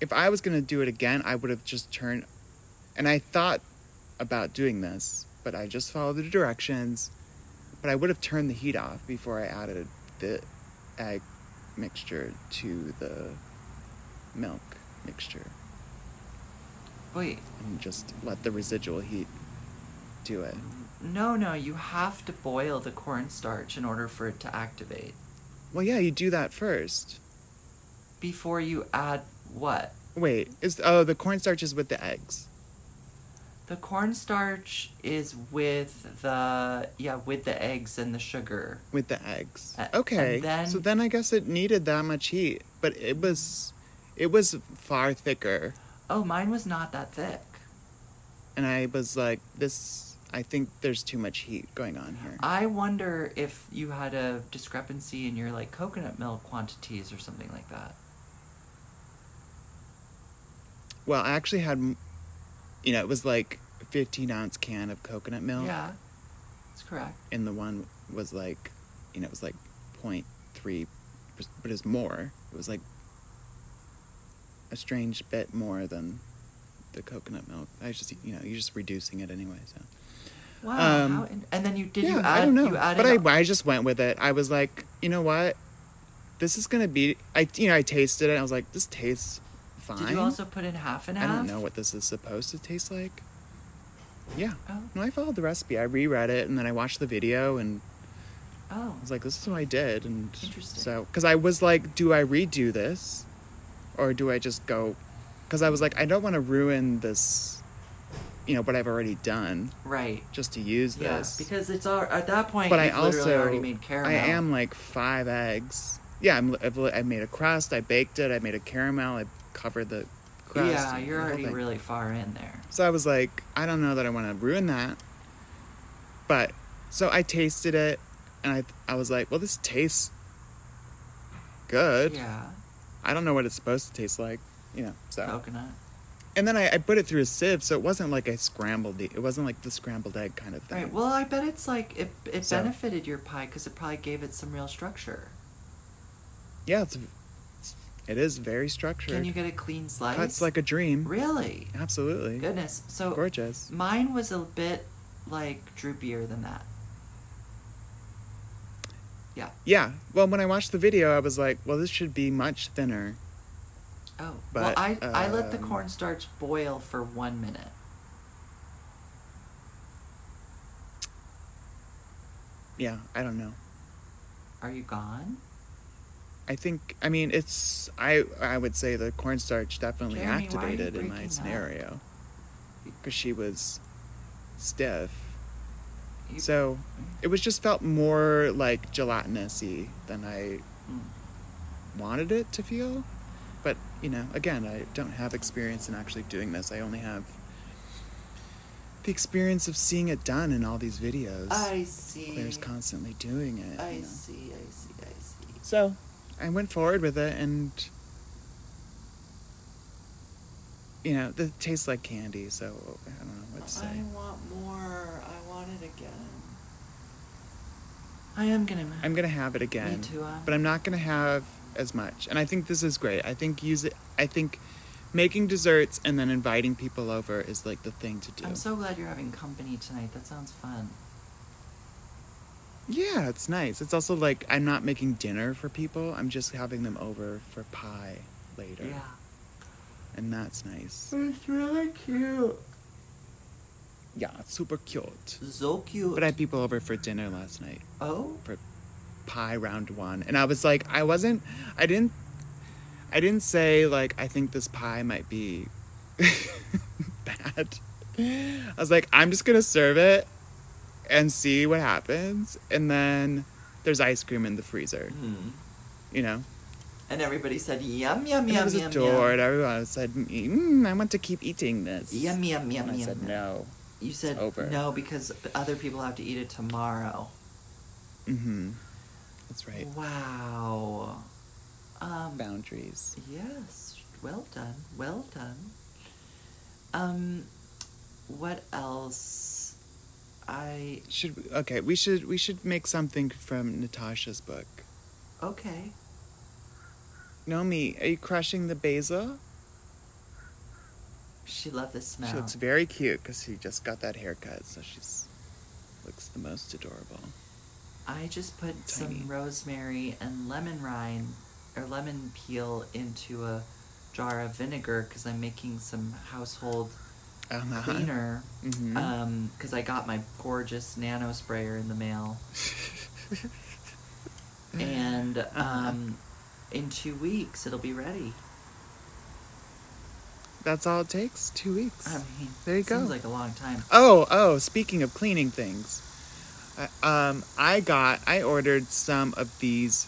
Speaker 3: if I was gonna do it again, I would have just turned, and I thought about doing this, but I just followed the directions. But I would have turned the heat off before I added the egg mixture to the milk mixture.
Speaker 2: wait.
Speaker 3: and just let the residual heat do it.
Speaker 2: No, no, you have to boil the cornstarch in order for it to activate.
Speaker 3: Well, yeah, you do that first.
Speaker 2: Before you add what?
Speaker 3: Wait, is oh the cornstarch is with the eggs.
Speaker 2: The cornstarch is with the yeah, with the eggs and the sugar.
Speaker 3: With the eggs.
Speaker 2: A-
Speaker 3: Okay.
Speaker 2: Uh, and then-
Speaker 3: so then I guess it needed that much heat, but it was, it was far thicker,
Speaker 2: Oh, mine was not that thick.
Speaker 3: and I was like, this. I think there's too much heat going on here.
Speaker 2: I wonder if you had a discrepancy in your like coconut milk quantities or something like that.
Speaker 3: Well, I actually had, m- you know, it was like a 15 ounce can of coconut milk,
Speaker 2: Yeah. That's correct.
Speaker 3: and the one was like, you know, it was like 0.3, but it was more. It was like a strange bit more than the coconut milk. I was just, you know, you're just reducing it anyway. So
Speaker 2: Wow.
Speaker 3: Um,
Speaker 2: how in- and then you did
Speaker 3: yeah,
Speaker 2: you add
Speaker 3: I don't know,
Speaker 2: you added
Speaker 3: but I, I just went with it. I was like, you know what, this is gonna be. I you know I tasted it. and I was like, this tastes fine.
Speaker 2: Did you also put in half and
Speaker 3: I
Speaker 2: half?
Speaker 3: don't know what this is supposed to taste like. Yeah.
Speaker 2: Oh.
Speaker 3: No, I followed the recipe. I reread it and then I watched the video and
Speaker 2: Oh.
Speaker 3: I was like, this is what I did. And
Speaker 2: Interesting.
Speaker 3: so, because I was like, do I redo this or do I just go? Because I was like, I don't want to ruin this, you know, what I've already done
Speaker 2: Right.
Speaker 3: just to use
Speaker 2: Yes,
Speaker 3: this.
Speaker 2: because it's all at that point.
Speaker 3: but I
Speaker 2: you've literally
Speaker 3: also,
Speaker 2: already made caramel.
Speaker 3: I am like five eggs. Yeah, I'm, I've, li- I made a crust, I baked it, I made a caramel, I covered the crust.
Speaker 2: Yeah,
Speaker 3: and
Speaker 2: you're
Speaker 3: the whole
Speaker 2: already
Speaker 3: thing.
Speaker 2: really far in there.
Speaker 3: So I was like, I don't know that I want to ruin that. But so I tasted it and I I was like, well this tastes good.
Speaker 2: Yeah.
Speaker 3: I don't know what it's supposed to taste like, you know. So
Speaker 2: Coconut.
Speaker 3: and then I, I put it through a sieve, so it wasn't like I scrambled the it wasn't like the scrambled egg kind of thing.
Speaker 2: Right. Well, I bet it's like it. It
Speaker 3: So-
Speaker 2: benefited your pie because it probably gave it some real structure.
Speaker 3: yeah, it's it is very structured.
Speaker 2: Can you get a clean slice?
Speaker 3: Cuts like a dream.
Speaker 2: Really.
Speaker 3: Absolutely.
Speaker 2: Goodness. So
Speaker 3: Gorgeous.
Speaker 2: Mine was a bit like droopier than that. Yeah.
Speaker 3: Yeah. Well, when I watched the video, I was like, well, this should be much thinner.
Speaker 2: Oh, well,
Speaker 3: But,
Speaker 2: I, I let the
Speaker 3: um,
Speaker 2: cornstarch boil for one minute.
Speaker 3: yeah, I don't know.
Speaker 2: Are you gone?
Speaker 3: I think I mean it's I I would say the cornstarch definitely
Speaker 2: Jeremy, why are you
Speaker 3: activated in
Speaker 2: breaking
Speaker 3: my
Speaker 2: up?
Speaker 3: scenario because she was stiff.
Speaker 2: You-
Speaker 3: So it was just felt more like gelatinous-y than I
Speaker 2: Mm.
Speaker 3: wanted it to feel. But you know, again, I don't have experience in actually doing this. I only have the experience of seeing it done in all these videos.
Speaker 2: I see.
Speaker 3: Claire's constantly doing it.
Speaker 2: I
Speaker 3: you know.
Speaker 2: see. I see. I see.
Speaker 3: So I went forward with it, and you know, it tastes like candy. So I don't know what to say.
Speaker 2: I want more. I want it again. I am gonna. ma-
Speaker 3: I'm gonna have it again,
Speaker 2: too, uh, I'm-
Speaker 3: but I'm not gonna have as much. And I think this is great. I think use it. I think making desserts and then inviting people over is like the thing to do.
Speaker 2: I'm so glad you're having company tonight. That sounds fun.
Speaker 3: yeah, it's nice. It's also like I'm not making dinner for people. I'm just having them over for pie later,
Speaker 2: Yeah. Mm.
Speaker 3: and that's nice.
Speaker 2: It's really cute.
Speaker 3: Yeah, it's super cute.
Speaker 2: So cute.
Speaker 3: But I had people over for dinner last night
Speaker 2: Oh.
Speaker 3: for pie round one, and I was like, I wasn't, I didn't, I didn't say like I think this pie might be [LAUGHS] bad. I was like, I'm just gonna serve it and see what happens, and then there's ice cream in the freezer,
Speaker 2: Hmm.
Speaker 3: you know.
Speaker 2: And everybody said yum yum
Speaker 3: And it
Speaker 2: yum
Speaker 3: was
Speaker 2: yum
Speaker 3: adored.
Speaker 2: yum.
Speaker 3: Everyone said, mm, I want to keep eating this.
Speaker 2: Yum yum yum
Speaker 3: And I
Speaker 2: yum.
Speaker 3: said
Speaker 2: yum.
Speaker 3: no.
Speaker 2: You said
Speaker 3: over.
Speaker 2: no because other people have to eat it tomorrow.
Speaker 3: Mm-hmm. That's right.
Speaker 2: Wow. Um,
Speaker 3: Boundaries.
Speaker 2: Yes, well done, well done. Um, what else? I
Speaker 3: Should we- okay, we should we should make something from Natasha's book.
Speaker 2: okay.
Speaker 3: Nomi, are you crushing the basil?
Speaker 2: She loved the smell.
Speaker 3: She looks very cute because she just got that haircut, so she's looks the most adorable.
Speaker 2: I just put
Speaker 3: tiny.
Speaker 2: some rosemary and lemon rind or lemon peel into a jar of vinegar because I'm making some household
Speaker 3: Uh-huh.
Speaker 2: cleaner.
Speaker 3: Mhm.
Speaker 2: Um, because I got my gorgeous nano sprayer in the mail. and um, in two weeks it'll be ready.
Speaker 3: [LAUGHS] That's all it takes. Two weeks.
Speaker 2: I mean,
Speaker 3: There you go.
Speaker 2: Seems like a long time.
Speaker 3: Oh, oh, speaking of cleaning things, I, um, I got, I ordered some of these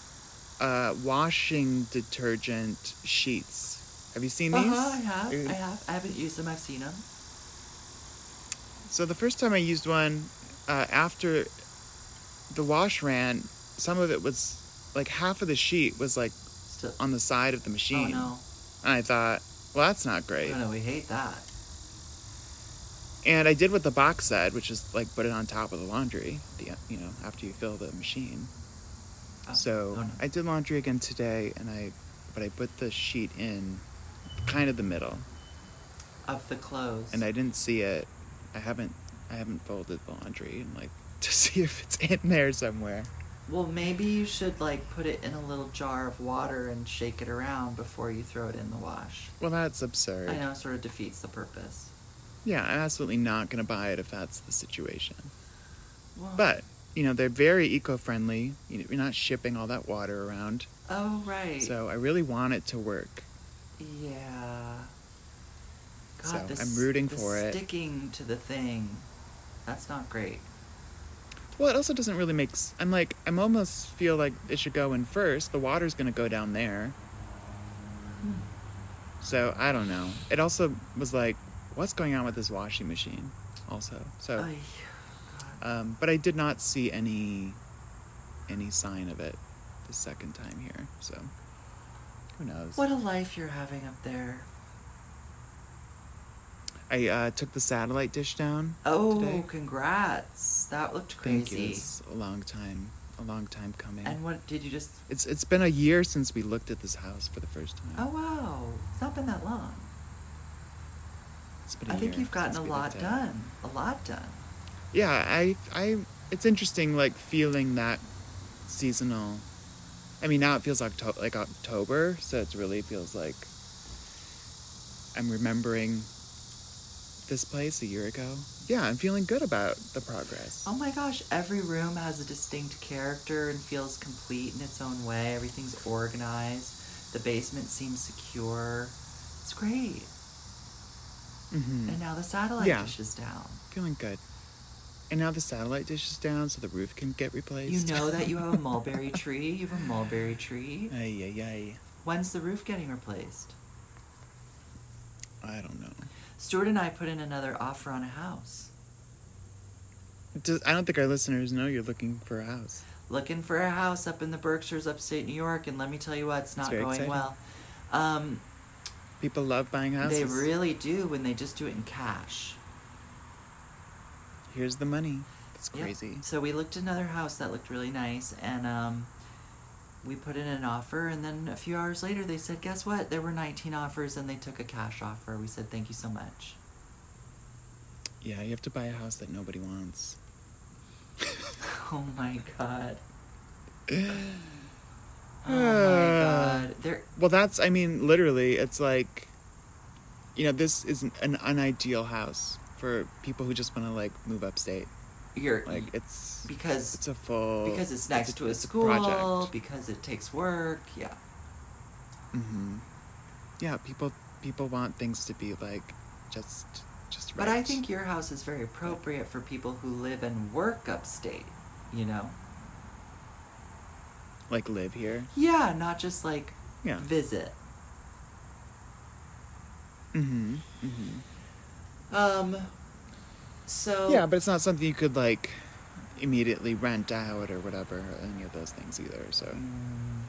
Speaker 3: uh, washing detergent sheets. Have you seen these?
Speaker 2: Uh-huh, I have,
Speaker 3: Uh,
Speaker 2: I have. I haven't used them. I've seen them.
Speaker 3: So the first time I used one, uh, after the wash ran, some of it was like half of the sheet was like
Speaker 2: Still.
Speaker 3: on the side of the
Speaker 2: Oh
Speaker 3: machine.
Speaker 2: no!
Speaker 3: And I thought, well, that's not great.
Speaker 2: Oh no! We hate that.
Speaker 3: And I did what the box said, which is like put it on top of the laundry, the, you know, after you fill the machine.
Speaker 2: Oh,
Speaker 3: So
Speaker 2: oh, no.
Speaker 3: I did laundry again today, and I, but I put the sheet in, kind of the middle,
Speaker 2: of the clothes.
Speaker 3: and I didn't see it. I haven't, I haven't folded the laundry and like [LAUGHS] to see if it's in there somewhere.
Speaker 2: well, maybe you should like put it in a little jar of water and shake it around before you throw it in the wash.
Speaker 3: Well, that's absurd.
Speaker 2: I know, it sort of defeats the purpose.
Speaker 3: Yeah, I'm absolutely not gonna buy it if that's the situation.
Speaker 2: Well,
Speaker 3: But you know, they're very eco-friendly. You know, you're not shipping all that water around,
Speaker 2: oh right.
Speaker 3: so I really want it to work.
Speaker 2: yeah. God,
Speaker 3: So,
Speaker 2: this,
Speaker 3: I'm rooting
Speaker 2: the
Speaker 3: for it.
Speaker 2: Sticking to the thing. That's not great.
Speaker 3: Well, it also doesn't really make. s- I'm like, I'm almost feel like it should go in first. The water's gonna go down there. So I don't know. It also was like, what's going on with this washing machine? Also, so,
Speaker 2: Ay, God.
Speaker 3: um, but I did not see any, any sign of it, the second time here. So, who knows?
Speaker 2: What a life you're having up there.
Speaker 3: I uh, took the satellite dish down.
Speaker 2: Oh,
Speaker 3: today.
Speaker 2: congrats. That looked
Speaker 3: Thank you.
Speaker 2: crazy.
Speaker 3: It's a long time, a long time coming.
Speaker 2: And what did you just
Speaker 3: it's it's been a year since we looked at this house for the first time.
Speaker 2: Oh wow. It's not been that long.
Speaker 3: It's been a
Speaker 2: I think
Speaker 3: year
Speaker 2: you've gotten a
Speaker 3: since we
Speaker 2: lot
Speaker 3: looked at it.
Speaker 2: done. A lot done.
Speaker 3: Yeah, I, I, it's interesting, like feeling that seasonal. I mean, now it feels October, like October, so it really feels like I'm remembering this place a year ago. Yeah, I'm feeling good about the progress.
Speaker 2: Oh my gosh, every room has a distinct character and feels complete in its own way. Everything's organized. The basement seems secure. It's great.
Speaker 3: Mm-hmm.
Speaker 2: And now the satellite
Speaker 3: Yeah.
Speaker 2: dish is down.
Speaker 3: Feeling good. And now the satellite dish is down, so the roof can get
Speaker 2: You
Speaker 3: replaced.
Speaker 2: know that you
Speaker 3: [LAUGHS]
Speaker 2: have a mulberry tree. You have a mulberry tree.
Speaker 3: Ay, ay, ay.
Speaker 2: When's the roof getting replaced?
Speaker 3: I don't know.
Speaker 2: Stuart and I put in another offer on a house.
Speaker 3: Does, I don't think our listeners know you're looking for a house.
Speaker 2: Looking for a house up in the Berkshires, upstate New York, and let me tell you what, it's not
Speaker 3: very
Speaker 2: going
Speaker 3: exciting.
Speaker 2: well. Um,
Speaker 3: People love buying houses.
Speaker 2: they really do when they just do it in cash.
Speaker 3: Here's the money. It's
Speaker 2: Yep.
Speaker 3: crazy.
Speaker 2: So we looked at another house that looked really nice, and um, we put in an offer. And then a few hours later, they said, "Guess what? There were 19 offers, and they took a cash offer." We said, "Thank you so much." [LAUGHS]
Speaker 3: Yeah, you have to buy a house that
Speaker 2: [LAUGHS]
Speaker 3: nobody wants.
Speaker 2: Oh my god. Oh
Speaker 3: Ah. [SIGHS]
Speaker 2: my god. There.
Speaker 3: Well, that's, I mean, literally, it's like, you know, this is an, an unideal house for people who just want to, like, move upstate.
Speaker 2: You're
Speaker 3: Like, it's.
Speaker 2: because
Speaker 3: It's a full.
Speaker 2: because it's next to a
Speaker 3: it's
Speaker 2: school.
Speaker 3: project.
Speaker 2: Because it takes work. Yeah.
Speaker 3: hmm Yeah, people people want things to be like just just right.
Speaker 2: But I think your house is very appropriate for people who live and work upstate. You know.
Speaker 3: like live here.
Speaker 2: Yeah, not just like
Speaker 3: Yeah.
Speaker 2: visit.
Speaker 3: Mm-hmm. Mm-hmm.
Speaker 2: Um, so
Speaker 3: Yeah, but it's not something you could like immediately rent out or whatever or any of those things either. So
Speaker 2: Mm,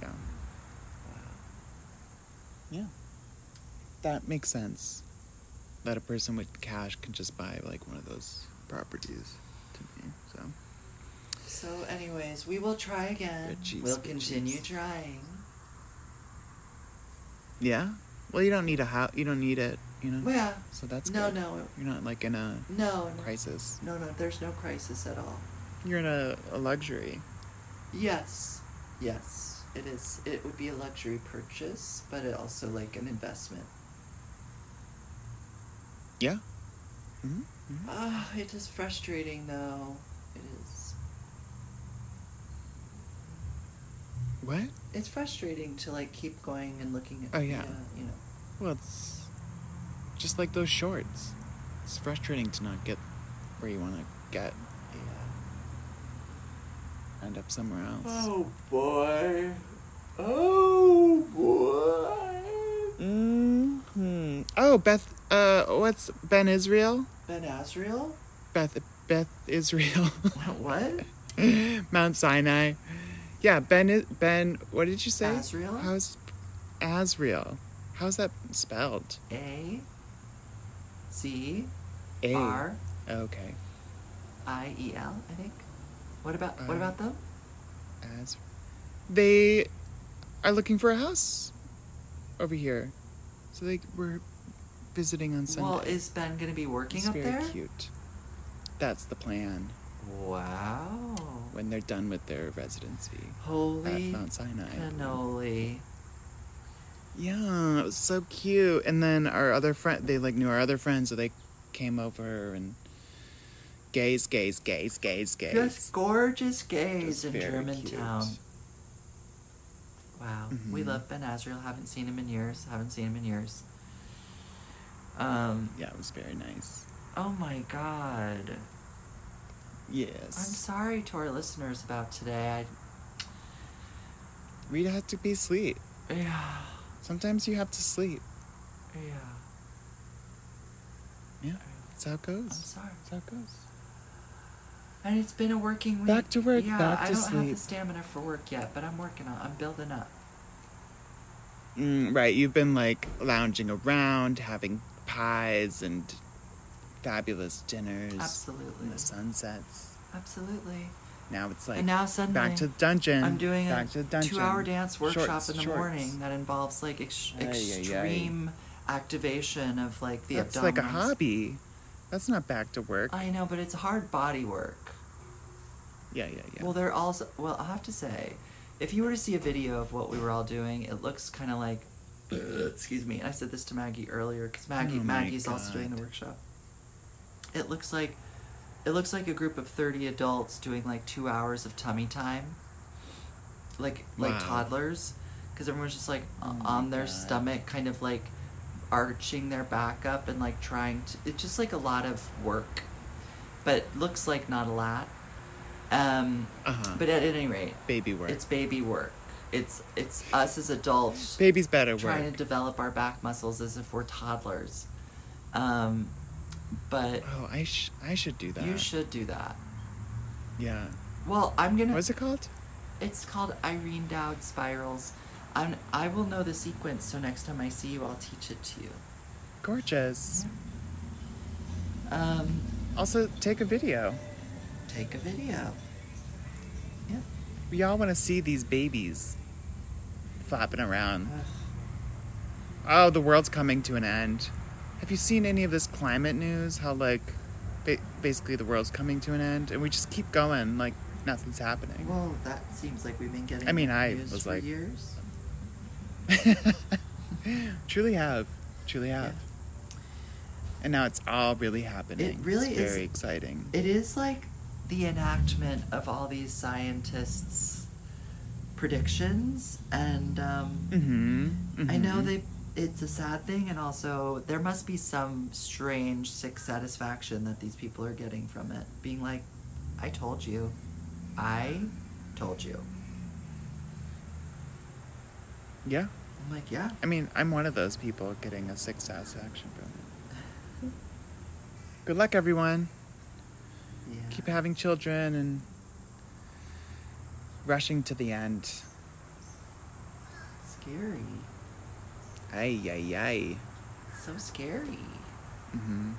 Speaker 3: yeah,
Speaker 2: wow.
Speaker 3: yeah, that makes sense. That a person with cash can just buy like one of those properties to me. So
Speaker 2: So, anyways, we will try again.
Speaker 3: Bitches,
Speaker 2: we'll continue
Speaker 3: bitches.
Speaker 2: trying.
Speaker 3: yeah, well, you don't need a house. You don't need it. You know.
Speaker 2: Well, yeah.
Speaker 3: So that's
Speaker 2: no,
Speaker 3: good.
Speaker 2: no,
Speaker 3: You're not like in a
Speaker 2: no, no,
Speaker 3: crisis.
Speaker 2: no, no. There's no crisis at all.
Speaker 3: You're in a, a luxury.
Speaker 2: Yes, yes, it is. It would be a luxury purchase, but it also like an investment.
Speaker 3: Yeah. Mm-hmm.
Speaker 2: Ah, it is frustrating though. It is.
Speaker 3: What?
Speaker 2: It's frustrating to like keep going and looking at.
Speaker 3: Oh, yeah.
Speaker 2: you know.
Speaker 3: Well, it's just like those shorts. It's frustrating to not get where you want to get,
Speaker 2: Yeah.
Speaker 3: end up somewhere else.
Speaker 2: Oh boy. Oh
Speaker 3: Mm.
Speaker 2: boy.
Speaker 3: Mm-hmm. Oh, Beth. Uh, what's Ben Israel?
Speaker 2: Ben Asriel?
Speaker 3: Beth. Beth Israel.
Speaker 2: [LAUGHS] What?
Speaker 3: [LAUGHS] Mount Sinai. Yeah, Ben. I- Ben. What did you say?
Speaker 2: Asriel?
Speaker 3: How's Asriel? How's that spelled?
Speaker 2: A C
Speaker 3: A.
Speaker 2: R
Speaker 3: Okay.
Speaker 2: I E L, I think. What about what
Speaker 3: Uh,
Speaker 2: about them?
Speaker 3: As they are looking for a house over here, so they were visiting on Sunday.
Speaker 2: Well, is Ben gonna be working
Speaker 3: It's
Speaker 2: up
Speaker 3: very
Speaker 2: there?
Speaker 3: cute. That's the plan
Speaker 2: Wow.
Speaker 3: when they're done with their residency
Speaker 2: Holy
Speaker 3: at Mount Sinai.
Speaker 2: cannoli.
Speaker 3: Yeah, it was so cute. And then our other friend, they like knew our other friend, so they came over and gaze, gaze, gaze, gaze, gaze.
Speaker 2: Just gorgeous gays
Speaker 3: Just
Speaker 2: in
Speaker 3: very
Speaker 2: Germantown.
Speaker 3: cute.
Speaker 2: Wow, we
Speaker 3: Mhm.
Speaker 2: love Ben Asriel. Haven't seen him in years. Haven't seen him in years. Um.
Speaker 3: Yeah, it was very nice.
Speaker 2: Oh my God.
Speaker 3: Yes.
Speaker 2: I'm sorry to our listeners about today.
Speaker 3: Rita had to be asleep.
Speaker 2: I, yeah.
Speaker 3: Sometimes you have to sleep.
Speaker 2: Yeah.
Speaker 3: Yeah, that's how it goes.
Speaker 2: I'm sorry.
Speaker 3: That's how it goes.
Speaker 2: And it's been a working week.
Speaker 3: Back to work,
Speaker 2: Yeah,
Speaker 3: back
Speaker 2: I
Speaker 3: to
Speaker 2: don't have the
Speaker 3: sleep.
Speaker 2: stamina for work yet, but I'm working on. I'm building up.
Speaker 3: Mm, right, you've been like lounging around, having pies and fabulous dinners.
Speaker 2: Absolutely.
Speaker 3: And the sunsets.
Speaker 2: Absolutely.
Speaker 3: Now it's like
Speaker 2: and now suddenly
Speaker 3: back to the dungeon.
Speaker 2: I'm doing
Speaker 3: back
Speaker 2: a
Speaker 3: to the dungeon.
Speaker 2: two-hour dance workshop
Speaker 3: Shorts,
Speaker 2: in the
Speaker 3: shorts.
Speaker 2: morning that involves like ex-
Speaker 3: Ay, ay, ay.
Speaker 2: extreme activation of like the
Speaker 3: That's
Speaker 2: abdominals.
Speaker 3: like a hobby. That's not back to work.
Speaker 2: I know, but it's hard body work.
Speaker 3: yeah, yeah, yeah.
Speaker 2: Well, they're also well. I have to say, if you were to see a video of what we were all doing, it looks kind of like [CLEARS THROAT] excuse me, I said this to Maggie earlier because Maggie
Speaker 3: Oh my
Speaker 2: Maggie's also doing the
Speaker 3: God.
Speaker 2: workshop. It looks like it looks like a group of 30 adults doing like 2 hours of tummy time. Like like
Speaker 3: Wow.
Speaker 2: toddlers because everyone's just like
Speaker 3: Oh my
Speaker 2: on their
Speaker 3: God.
Speaker 2: stomach kind of like arching their back up and like trying to it's just like a lot of work. But looks like not a lot. Um
Speaker 3: Uh-huh.
Speaker 2: but at any rate,
Speaker 3: baby work.
Speaker 2: it's baby work. It's it's us as adults
Speaker 3: Baby's better
Speaker 2: trying
Speaker 3: work.
Speaker 2: to develop our back muscles as if we're toddlers. Um, but
Speaker 3: oh, I sh- I should do that.
Speaker 2: you should do that.
Speaker 3: Yeah.
Speaker 2: Well, I'm gonna.
Speaker 3: What's it called?
Speaker 2: It's called Irene Dowd spirals. I'm, I will know the sequence, so next time I see you, I'll teach it to you.
Speaker 3: Gorgeous.
Speaker 2: Um,
Speaker 3: Also, take a video.
Speaker 2: take a video.
Speaker 3: We all want to see these babies flopping around. Oh, the world's coming to an end. Have you seen any of this climate news? How, like, ba- basically the world's coming to an end and we just keep going like nothing's happening.
Speaker 2: Well, that seems like we've been getting.
Speaker 3: I mean, I
Speaker 2: news
Speaker 3: was
Speaker 2: for
Speaker 3: like-
Speaker 2: years.
Speaker 3: [LAUGHS] truly have. Truly have. And now it's all really happening.
Speaker 2: really
Speaker 3: it's
Speaker 2: is-
Speaker 3: very exciting.
Speaker 2: It is like the enactment of all these scientists' predictions, and um,
Speaker 3: hmm
Speaker 2: I know they. It's a sad thing, and also there must be some strange sick satisfaction that these people are getting from it, being like, "I told you, I told you."
Speaker 3: Yeah.
Speaker 2: I'm like, "Yeah,
Speaker 3: I mean, I'm one of those people getting a sick satisfaction from it.
Speaker 2: [SIGHS]
Speaker 3: Good luck, everyone.
Speaker 2: yeah."
Speaker 3: Keep having children and rushing to the end.
Speaker 2: scary,
Speaker 3: Ay, ay, ay.
Speaker 2: so scary.
Speaker 3: hmm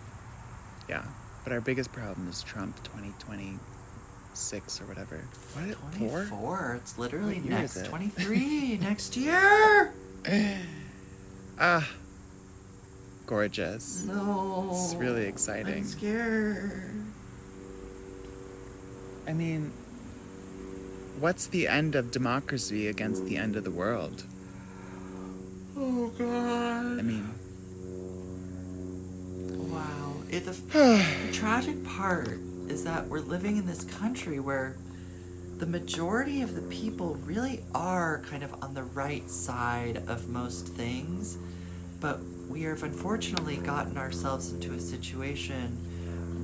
Speaker 3: Yeah. But our biggest problem is Trump 2026 or whatever. What?
Speaker 2: Twenty-four.
Speaker 3: Four?
Speaker 2: It's literally
Speaker 3: What year
Speaker 2: next
Speaker 3: is it? [LAUGHS]
Speaker 2: twenty-three next year.
Speaker 3: Ah. Gorgeous.
Speaker 2: No.
Speaker 3: It's really exciting.
Speaker 2: I'm scared.
Speaker 3: I mean, what's the end of democracy against the end of the world?
Speaker 2: Oh god. [SIGHS]
Speaker 3: I mean, [SIGHS]
Speaker 2: Wow. It, the, the tragic part is that we're living in this country where the majority of the people really are kind of on the right side of most things, but we have unfortunately gotten ourselves into a situation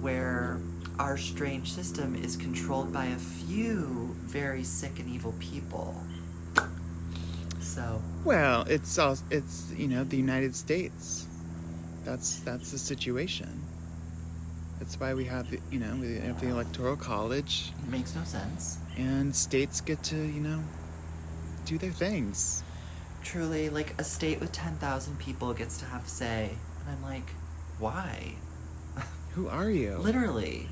Speaker 2: where our strange system is controlled by a few very sick and evil people. So.
Speaker 3: Well, it's all it's you know the United States. That's that's the situation. That's why we have the, you know we have the Electoral College,
Speaker 2: It makes no sense.
Speaker 3: and states get to you know do their things.
Speaker 2: Truly, like a state with 10,000 people gets to have say. And I'm like, why?
Speaker 3: Who are you? [LAUGHS]
Speaker 2: Literally.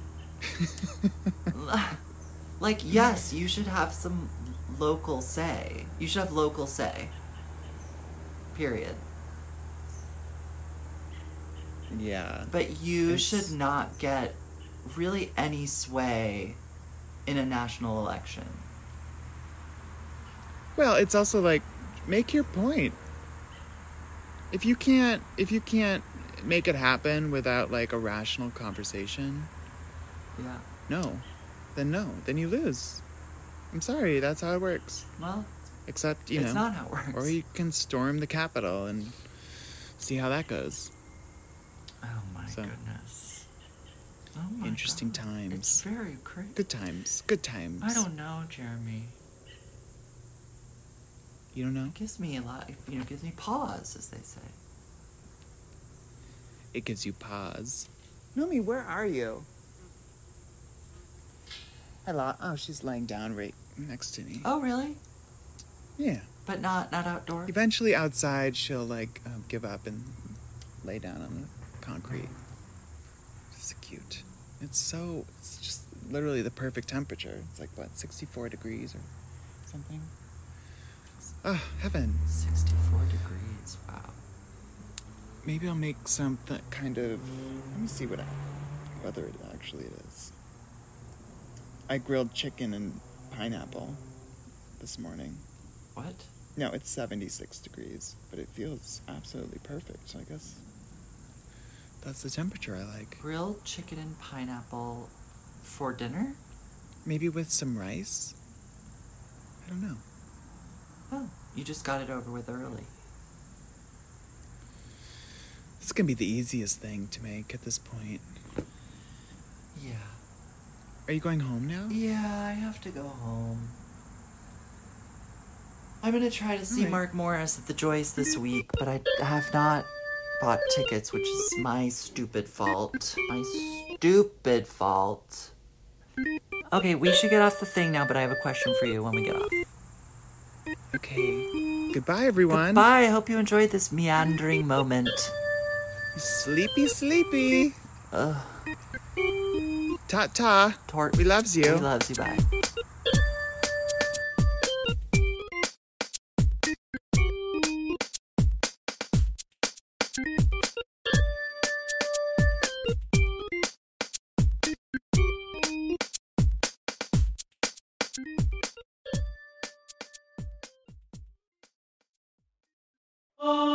Speaker 2: like, yes, you should have some local say. You should have local say. Period.
Speaker 3: yeah.
Speaker 2: But you
Speaker 3: It's-
Speaker 2: should not get really any sway in a national election.
Speaker 3: Well, it's also like make your point. If you can't if you can't make it happen without like a rational conversation,
Speaker 2: Yeah.
Speaker 3: no. Then no. Then you lose. I'm sorry, that's how it works.
Speaker 2: Well,
Speaker 3: Except, you know,
Speaker 2: it's not how it works.
Speaker 3: Or you can storm the Capitol and see how that goes.
Speaker 2: Oh my
Speaker 3: So.
Speaker 2: goodness. Oh my
Speaker 3: Interesting
Speaker 2: God. It's
Speaker 3: times.
Speaker 2: very crazy.
Speaker 3: Good times. Good times.
Speaker 2: I don't know, Jeremy.
Speaker 3: You don't know?
Speaker 2: It gives me a lot, you know, gives me pause, as they say.
Speaker 3: It gives you pause. Nomi, where are you? Hello. Oh, she's laying down right next to me.
Speaker 2: Oh, really?
Speaker 3: Yeah.
Speaker 2: But not not outdoor.
Speaker 3: Eventually, outside, she'll like um, give up and lay down on the concrete. It's cute. It's so. It's just literally the perfect temperature. It's like what, 64 degrees or something. Ah, heaven.
Speaker 2: Sixty-four degrees. Wow.
Speaker 3: Maybe I'll make some th- kind of. Let me see what I, whether it actually is. I grilled chicken and pineapple this morning.
Speaker 2: What?
Speaker 3: No, it's 76 degrees, but it feels absolutely perfect. So I guess that's the temperature I like.
Speaker 2: Grilled chicken and pineapple for dinner?
Speaker 3: Maybe with some rice? I don't know.
Speaker 2: Oh, you just got it over with early.
Speaker 3: It's going to be the easiest thing to make at this point.
Speaker 2: Yeah.
Speaker 3: Are you going home now?
Speaker 2: Yeah, I have to go home. I'm gonna try to see
Speaker 3: Alright.
Speaker 2: Mark Morris at the Joyce this week, but I have not bought tickets, which is my stupid fault. My stupid fault. Okay, we should get off the thing now, but I have a question for you when we get off.
Speaker 3: Okay. Goodbye, everyone.
Speaker 2: Bye, I hope you enjoyed this meandering moment.
Speaker 3: Sleepy, sleepy.
Speaker 2: Ugh,
Speaker 3: Ta ta.
Speaker 2: tort.
Speaker 3: We loves you.
Speaker 2: He loves you, bye.
Speaker 4: Oh.